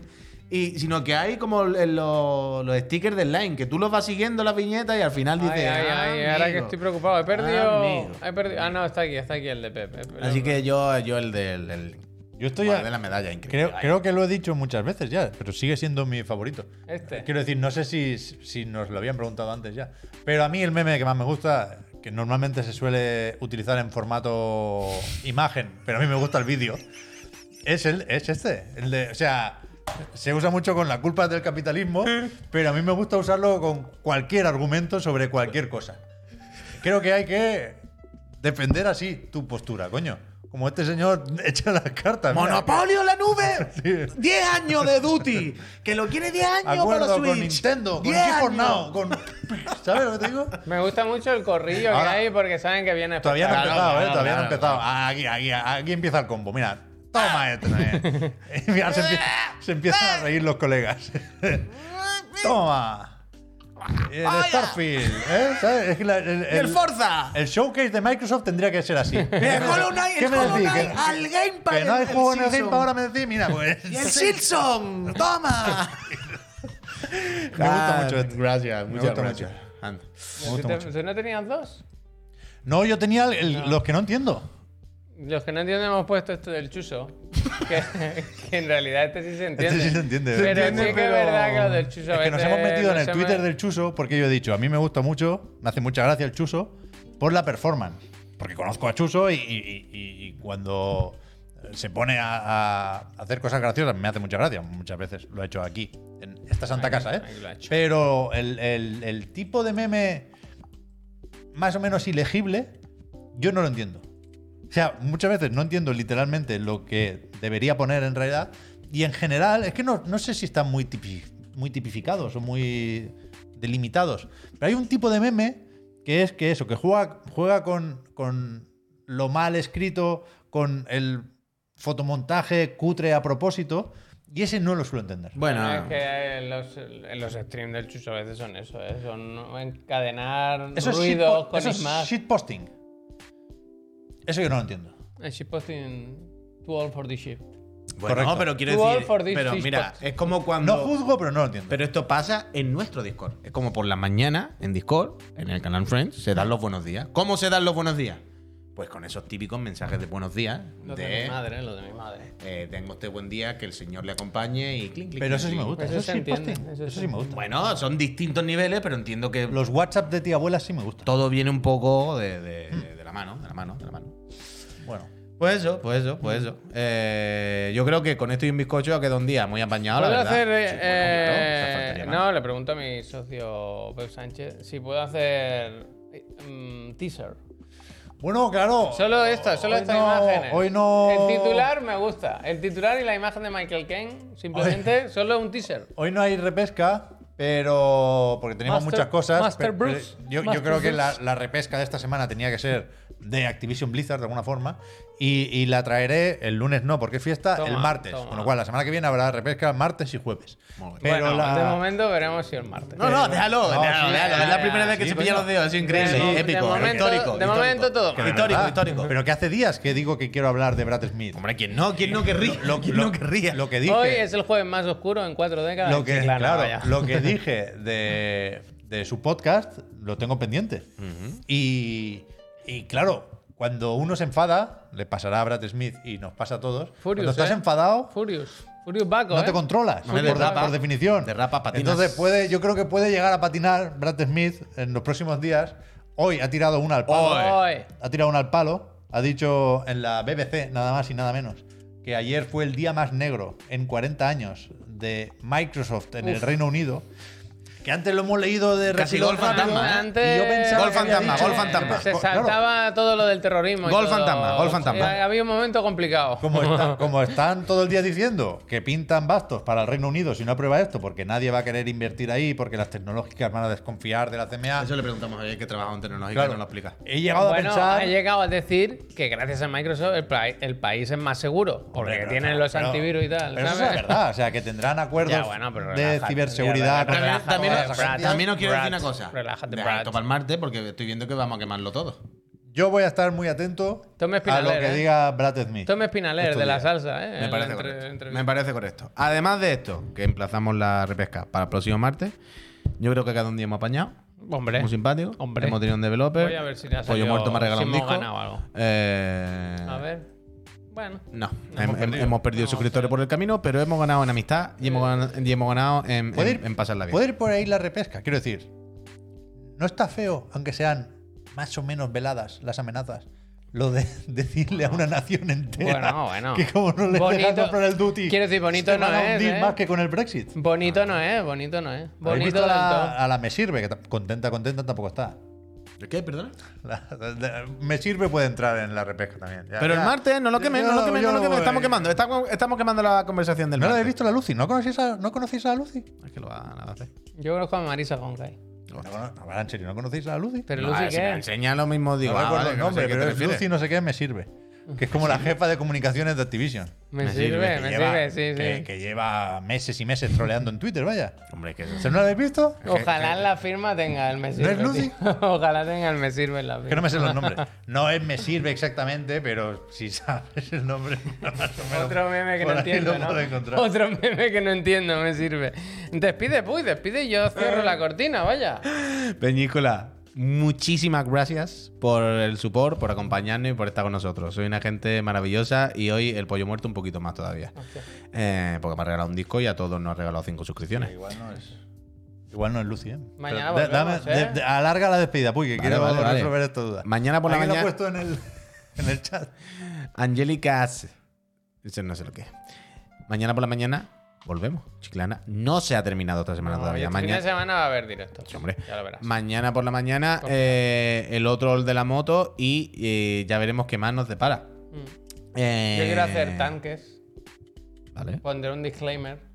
S1: y, sino que hay como en los, los stickers del line, que tú los vas siguiendo las viñetas y al final
S2: Ay,
S1: dices,
S2: ay, ay,
S1: "Ah,
S2: ahora que
S1: amigo".
S2: estoy preocupado, he perdido,
S1: Amigo.
S2: he perdido. Ah, no, está aquí, está aquí el de Pepe.
S1: Así que yo, yo el del, el-
S3: Yo estoy.
S1: el de
S3: A,
S1: la medalla, increíble.
S3: creo,
S1: Ay,
S3: creo que lo he dicho muchas veces ya, pero sigue siendo mi favorito.
S2: Este.
S3: Quiero decir, no sé si, si nos lo habían preguntado antes ya, pero a mí el meme que más me gusta, que normalmente se suele utilizar en formato imagen, pero a mí me gusta el vídeo, es, el, es este. El de, o sea, se usa mucho con la culpa del capitalismo, pero a mí me gusta usarlo con cualquier argumento sobre cualquier cosa. Creo que hay que defender así tu postura, coño. como este señor echa las cartas. mira.
S1: ¡Monopolio la nube!
S3: Sí.
S1: ¡10 años de Duty! ¡Que lo quiere 10 años
S3: Acuerdo
S1: para
S3: con
S1: Switch!
S3: Nintendo, con
S1: 10
S3: Equipo
S1: años.
S3: Now, con... ¿Sabes lo que te digo?
S2: Me gusta mucho el corrillo
S3: Ahora-
S2: que hay porque saben que viene
S3: Todavía no ha
S2: especial.
S3: empezado,
S1: claro,
S3: ¿eh? Todavía no ha
S1: claro,
S3: empezado. Aquí, aquí, aquí empieza el combo. Mira, toma este también. Y mira, se, empie- se empiezan a reír los colegas. toma. El Starfield, ¿eh? ¿Sabes? Es que la- el,
S1: ¡Y el Forza!
S3: el showcase de Microsoft tendría que ser así.
S1: ¡Mira, el Hollow Knight!
S3: ¿Qué
S1: ¡El
S3: me
S1: Hollow
S3: decís?
S1: Knight!
S3: Que-
S1: ¡Al Gamepad!
S3: Que no hay
S1: el
S3: juego en el
S1: Silson.
S3: Game ahora me decís, mira, pues.
S1: ¡Y el Silson! ¡Toma! me
S3: gusta mucho este.
S1: Ah, Gracias,
S3: Me
S1: muchas
S3: gusta
S1: gracias.
S3: mucho.
S1: Anda.
S3: Me gusta
S2: ¿Tú te-
S3: mucho.
S2: ¿Tú no tenías dos?
S3: No, yo tenía el- el- los que no entiendo.
S2: Los que no entienden hemos puesto esto del chuso. Que, que en realidad este sí se entiende.
S3: Este sí se entiende,
S2: Pero
S3: ¿verdad?
S2: sí que es verdad que lo del chuso.
S3: Es que nos
S2: este
S3: hemos metido en
S2: no
S3: el
S2: se
S3: Twitter
S2: me-
S3: del Chuso porque yo he dicho, a mí me gusta mucho, me hace mucha gracia el Chuso por la performance. Porque conozco a Chuso y, y- y- y cuando se pone a, a hacer cosas graciosas me hace mucha gracia. Muchas veces lo he hecho aquí, en esta santa casa, ¿eh?
S2: aquí lo ha hecho.
S3: Pero el, el- el tipo de meme más o menos ilegible, yo no lo entiendo. O sea, muchas veces no entiendo literalmente lo que debería poner en realidad. Y en general, es que no, no sé si están muy, tipi- muy tipificados o muy delimitados. Pero hay un tipo de meme que es que eso, que juega, juega con, con lo mal escrito, con el fotomontaje cutre a propósito. Y ese no lo suelo entender.
S1: Bueno,
S2: Es que los, los streams del chuso a veces son eso, ¿eh? son encadenar
S3: Eso es,
S2: ruidos
S3: shitpo-
S2: con
S3: eso es
S2: imágenes.
S3: shitposting. Eso yo no lo entiendo.
S2: El shitposting too all for the ship.
S1: bueno,
S3: correcto.
S1: pero quiero
S2: Tú all
S1: decir.
S2: for this
S1: Pero
S2: fish
S1: mira,
S2: pot.
S1: es como cuando.
S3: No juzgo, pero no lo entiendo.
S1: Pero esto pasa en nuestro Discord. Es como por la mañana en Discord, en el canal Friends, se dan los buenos días. ¿Cómo se dan los buenos días? Pues con esos típicos mensajes de buenos días.
S2: Lo de, mi
S1: De,
S2: madre, lo de mi madre.
S1: eh, tengo este buen día, que el Señor le acompañe y clink, clink,
S3: Pero eso sí me
S1: clink.
S3: gusta.
S2: Eso
S3: Eso, es
S2: se entiende,
S3: shitposting.
S2: eso
S3: Eso,
S2: se
S3: sí me gusta.
S1: Bueno, son distintos niveles, pero entiendo que
S3: Los WhatsApp de tía abuela sí me gustan.
S1: todo viene un poco de, de- de la mano, de la mano, de la mano.
S3: Bueno.
S1: Pues eso, pues eso, pues eso. Eh, yo creo que con esto y un bizcocho ha quedado un día muy
S3: Ah,
S1: apañado, la
S2: ¿Puedo
S1: verdad.
S2: hacer.?
S1: Sí, bueno, claro, o sea,
S2: eh,
S1: faltaría más.
S2: no, le pregunto a mi socio Pep Sánchez si puedo hacer. eh, mm, teaser.
S3: Bueno, claro.
S2: Solo esta, solo
S3: Oh, Hoy
S2: estas
S3: no-
S2: imágenes.
S3: Hoy no.
S2: El titular me gusta. El titular y la imagen de Michael Caine, simplemente, solo un teaser.
S3: Hoy no hay repesca, pero. Porque teníamos
S2: Master-
S3: muchas cosas.
S2: Master
S3: pero- pero
S2: Bruce.
S3: yo, yo
S2: Master
S3: creo que la,
S2: Bruce.
S3: la repesca de esta semana tenía que ser de Activision Blizzard de alguna forma. Y, y la traeré el lunes, no, porque es fiesta,
S2: Toma,
S3: el martes.
S2: toma.
S3: Con lo cual, la semana que viene habrá repesca martes y jueves.
S1: Muy bien.
S3: Pero
S2: bueno,
S3: la.
S2: de momento veremos si el martes.
S1: No, no, déjalo,
S3: No,
S1: déjalo,
S3: sí,
S1: déjalo.
S2: ya,
S1: Es la
S2: ya,
S1: primera vez que
S3: sí,
S1: se pilla
S3: coño.
S1: los dedos, es increíble, ¿eh?
S2: De mo- de
S1: épico,
S2: momento-
S1: histórico.
S2: de
S1: histórico.
S2: momento todo.
S3: que de Ah.
S1: Histórico,
S3: verdad.
S1: histórico.
S3: Pero que hace días que digo que quiero hablar de Brad Smith.
S1: Hombre, ¿quién no? ¿Quién no querría?
S3: Lo,
S1: ¿Quién
S3: lo-
S1: no querría?
S3: lo que dije.
S2: Hoy es el jueves más oscuro en cuatro décadas.
S3: lo que,
S2: Sí,
S3: claro,
S2: vaya.
S3: lo que dije de, de su podcast lo tengo pendiente. y, y claro, cuando uno se enfada, le pasará a Brad Smith y nos pasa a todos. cuando
S2: Furious,
S3: estás
S2: ¿eh?
S3: enfadado,
S2: Furious. Furious Baco.
S3: no
S2: ¿eh?
S3: te controlas,
S1: No,
S3: por,
S1: derrapa,
S3: por definición.
S1: derrapa, patinas.
S3: Entonces puede, yo creo que puede llegar a patinar Brad Smith en los próximos días. Hoy ha tirado una al palo.
S2: Hoy.
S3: Ha tirado una al palo. Ha dicho en la BBC, nada más y nada menos, que ayer fue el día más negro en 40 años de Microsoft en el
S2: Uf.
S3: Reino Unido. Que antes lo hemos leído de
S1: Casi
S3: refilón
S1: gol fantasma,
S3: rápido,
S1: ¿eh?
S2: Antes-
S3: y yo pensaba
S1: Gol
S3: que había
S1: fantasma,
S3: dicho-
S1: gol fantasma.
S2: Se
S3: Claro,
S2: saltaba todo lo del terrorismo. y
S1: Gol
S2: todo.
S1: fantasma, gol fantasma.
S2: Eh, Había un momento complicado.
S3: Como, está- como están todo el día diciendo que pintan bastos para el Reino Unido si no aprueba esto, porque nadie va a querer invertir ahí, porque las tecnológicas van a desconfiar de la CMA.
S1: Eso le preguntamos a alguien que trabaja en tecnología
S3: Claro.
S1: y no lo explica.
S3: He llegado
S2: bueno,
S3: a pensar.
S2: ha llegado a decir que gracias a Microsoft el, pa- el país es más seguro. Porque
S3: Hombre, pero
S2: tienen
S3: no,
S2: los
S3: pero-
S2: antivirus y tal.
S3: Pero eso
S2: ¿sabes?
S3: es verdad, o sea, que tendrán acuerdos
S2: Ya, bueno, pero
S3: de
S2: relájate, ya,
S3: ciberseguridad. con
S1: También,
S2: relaja,
S3: todas
S1: también,
S3: esas
S2: relaja,
S1: también,
S3: agencias.
S1: os quiero decir
S2: Brad.
S1: una cosa.
S2: Relájate,
S1: Deja
S2: Brad.
S1: esto para el martes porque estoy viendo que vamos a quemaarlo todo.
S3: Yo voy a estar muy atento
S2: Tome
S3: a lo
S2: Spinaler,
S3: que
S2: ¿eh?
S3: diga Brad Smith.
S2: Tome Spinaler
S3: Estos
S2: de la
S3: días.
S2: salsa, ¿eh?
S1: Me parece,
S2: En la entre-
S1: correcto.
S2: entrevista.
S1: Me parece correcto. Además de esto, que emplazamos la repesca para el próximo martes, yo creo que cada un día hemos apañado.
S2: Hombre.
S1: Muy simpático.
S2: Hombre.
S1: Hemos tenido un developer.
S2: Voy a ver si le ha
S1: Pollo
S2: salido-
S1: Muerto me ha regalado
S2: si
S1: un
S2: hemos
S1: disco.
S2: ganado algo.
S1: Eh,
S2: A ver. Bueno.
S1: No, hem- hem-
S3: Hemos
S1: hemos,
S3: perdido.
S1: perdido,
S2: Hemos
S1: suscriptores
S2: perdido. Eh.
S1: por el camino, pero hemos ganado en amistad y hemos ganado, y hemos ganado en,
S3: ¿Puede
S1: en- en pasarla bien.
S3: ¿Puede ir por ahí la repesca? Quiero decir, no está feo, aunque sean más o menos veladas las amenazas, lo de decirle a una nación entera
S2: Bueno, bueno.
S3: Eh. que como no le dejan
S2: Bonito.
S3: comprar el duty,
S2: Quiero decir, bonito
S3: se van
S2: no
S3: a hundir
S2: es, ¿eh?
S3: más que con el Brexit.
S2: Bonito no es, bonito no es.
S3: ¿Habéis
S2: Bonito
S3: visto
S2: del
S3: la-
S2: todo.
S3: a la me sirve, que ta- contenta, contenta tampoco está.
S1: ¿De qué? Perdona.
S3: La- la- la- me sirve, puede entrar en la repesca también. Ya,
S1: Pero
S3: ya.
S1: el martes, no lo quemen,
S3: Yo-
S1: no lo quemen,
S3: yo
S1: no lo quemen.
S3: voy.
S1: Estamos quemando, estamos, estamos quemando la conversación del
S3: No la
S1: martes.
S3: habéis visto la Lucy, ¿no conocéis a, no conocéis a la Lucy?
S1: Es que lo van a hacer.
S2: Yo conozco a Marisa Goncay.
S3: No, no, no, ahora en serio, ¿no conocéis a la Lucy?
S2: Pero
S1: No,
S2: Lucy,
S1: si me
S2: ¿qué? es?
S1: enseña lo mismo, digo.
S3: no
S1: ah,
S3: me acuerdo
S1: vale,
S3: el
S1: que no sé
S3: nombre,
S1: a qué te
S3: pero es
S1: refieres.
S3: Lucy no sé qué me sirve. Que es como la jefa de comunicaciones de Activision.
S2: Me,
S1: Me
S2: sirve,
S1: sirve,
S2: me sirve,
S3: lleva,
S2: sí,
S3: que-
S2: sí.
S3: que lleva meses y meses troleando en Twitter, vaya.
S1: Hombre, que
S3: ¿Se no la habéis visto?
S2: Ojalá en la firma tenga el me sirve.
S3: es Lucy?
S2: tío. Ojalá tenga el me sirve en la firma.
S3: Que no me sé los nombres. No es me sirve exactamente, pero si sabes el nombre, más o menos.
S2: Otro meme que
S3: por
S2: no
S3: ahí
S2: entiendo,
S3: lo
S2: ¿no?
S3: puedo encontrar.
S2: Otro meme que no entiendo, me sirve. Despide, Puy, despide y yo cierro la cortina, vaya.
S1: Peñícola, muchísimas gracias por el support, por acompañarnos y por estar con nosotros. Soy una gente maravillosa y hoy el pollo muerto un poquito más todavía. Eh, porque me ha regalado un disco y a todos nos ha regalado cinco suscripciones.
S3: Igual no es. Igual no es Lucy, ¿eh?
S2: Mañana
S3: Pero da-
S2: volvemos, ¿eh?
S3: de- de- alarga la despedida, Puy, que
S1: Vale,
S3: quiero
S1: vale, vale.
S3: resolver esta duda.
S1: Mañana por la
S3: Alguien lo ha
S1: mañana-
S3: puesto en el, en el chat.
S1: Angélica S. Eso no sé lo que es. Mañana por la mañana volvemos. Chiclana no se ha terminado esta semana
S2: No,
S1: todavía.
S2: este fin
S1: mañana,
S2: de semana va a haber directo.
S1: Sí, hombre.
S2: Ya lo verás.
S1: Mañana por la mañana eh, el otro el de la moto y eh, ya veremos qué más nos depara.
S2: Mm.
S1: Eh,
S2: Yo quiero hacer tanques.
S1: Vale.
S2: Pondré un disclaimer.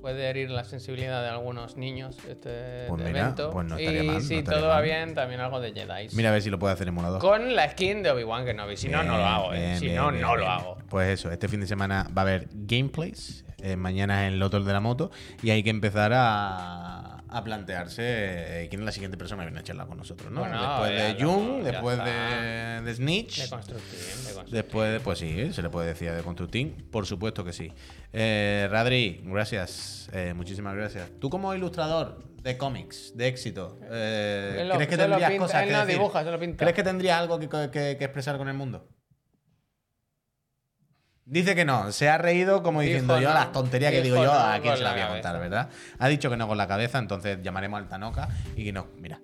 S2: Puede herir la sensibilidad de algunos niños este
S1: Pues mira,
S2: evento.
S1: pues no estaría
S2: y
S1: mal, no
S2: si
S1: estaría
S2: todo va
S1: mal.
S2: bien, también algo de Jedi.
S1: Mira a ver si lo puede hacer emulador.
S2: Con la skin de Obi-Wan Kenobi. Si no, no lo hago. eh.
S1: Bien,
S2: si
S1: bien,
S2: no,
S1: bien,
S2: no lo
S1: bien.
S2: hago.
S1: Pues eso, este fin de semana va a haber gameplays. eh, mañana es el otro de la moto. Y hay que empezar a, a plantearse eh, quién es la siguiente persona que viene a charlar con nosotros, ¿no?
S2: Bueno,
S1: después
S2: ya
S1: de
S2: lo-
S1: Jung,
S2: ya
S1: después de,
S2: está.
S1: de Snitch.
S2: De construcción, de construcción.
S1: Después, de- pues sí, se le puede decir de Constructing, por supuesto que sí. Eh, Radri, gracias, eh, muchísimas gracias. Tú como ilustrador de cómics, de éxito, eh,
S2: Él lo-
S1: ¿crees que
S2: se lo
S1: tendrías
S2: pinta-
S1: cosas
S2: él
S1: que
S2: no
S1: decir?
S2: dibuja, se lo pinta.
S1: ¿Crees que tendrías algo que, que- que expresar con el mundo? Dice que no, se ha reído como
S2: Dijo
S1: diciendo yo
S2: no.
S1: las tonterías que
S2: Dijo
S1: digo yo,
S2: no
S1: a quién
S2: con
S1: se las
S2: la
S1: voy a
S2: cabeza.
S1: contar, ¿verdad? Ha dicho que no con la cabeza, entonces llamaremos al Tanoka y que nos... Mira,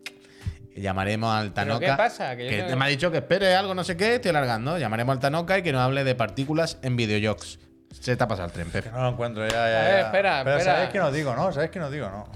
S1: llamaremos al Tanoka.
S2: qué pasa? Que yo tengo-
S1: me ha dicho que espere algo, no sé qué, estoy alargando. Llamaremos al Tanoka y que nos hable de partículas en videojocs. Se te ha pasado el tren, Pep.
S3: Que no lo encuentro ya, ya,
S2: A ver,
S3: ya.
S2: espera,
S3: Pero
S2: espera.
S3: sabéis que no digo, ¿no? Sabéis que no digo, ¿no?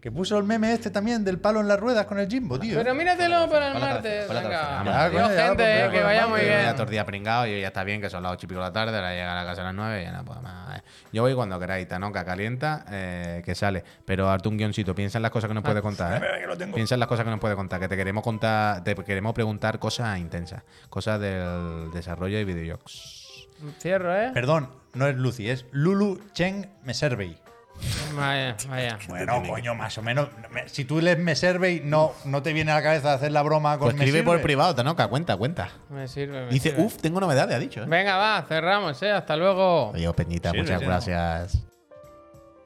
S3: Que puso el meme este también del palo en las ruedas con el Jimbo, tío.
S2: Pero míratelo para el
S1: Con la cabeza,
S2: martes.
S1: con la cabeza.
S2: Venga.
S1: Vamos.
S2: Adiós,
S3: Ya, Ah, coño, ya,
S2: gente,
S3: pues,
S2: eh, que
S3: ya,
S2: vaya
S3: ya,
S2: muy
S1: Yo
S2: bien.
S1: ya todo el día pringado, yo ya está bien, que son las 8 y pico de la tarde, ahora llega a la casa a las 9 y ya no puedo más. Yo voy cuando queráis, Tanoka calienta, eh, que sale. Pero harto un guioncito, piensa en las cosas que nos puede contar, ¿eh? Piensa en las cosas que nos puede contar, que te queremos contar, te queremos preguntar cosas intensas, cosas del desarrollo de videojocs.
S2: Cierro, ¿eh?
S3: Perdón, no es Lucy, es Lulu Cheng Meservey.
S2: Vaya, vaya.
S3: Bueno, coño, más o menos. Me- Si tú lees Meservey, no, no te viene a la cabeza hacer la broma con
S1: Pues
S3: me
S1: escribe por
S3: sirve.
S1: privado, Tanoka, cuenta, cuenta.
S2: Me sirve. me
S1: Dice,
S2: sirve.
S1: uff, tengo novedades, ha dicho. ¿eh?
S2: Venga, va, cerramos, ¿eh? Hasta luego.
S1: Adiós, Peñita,
S3: Sí,
S1: muchas
S3: sí, no.
S1: gracias.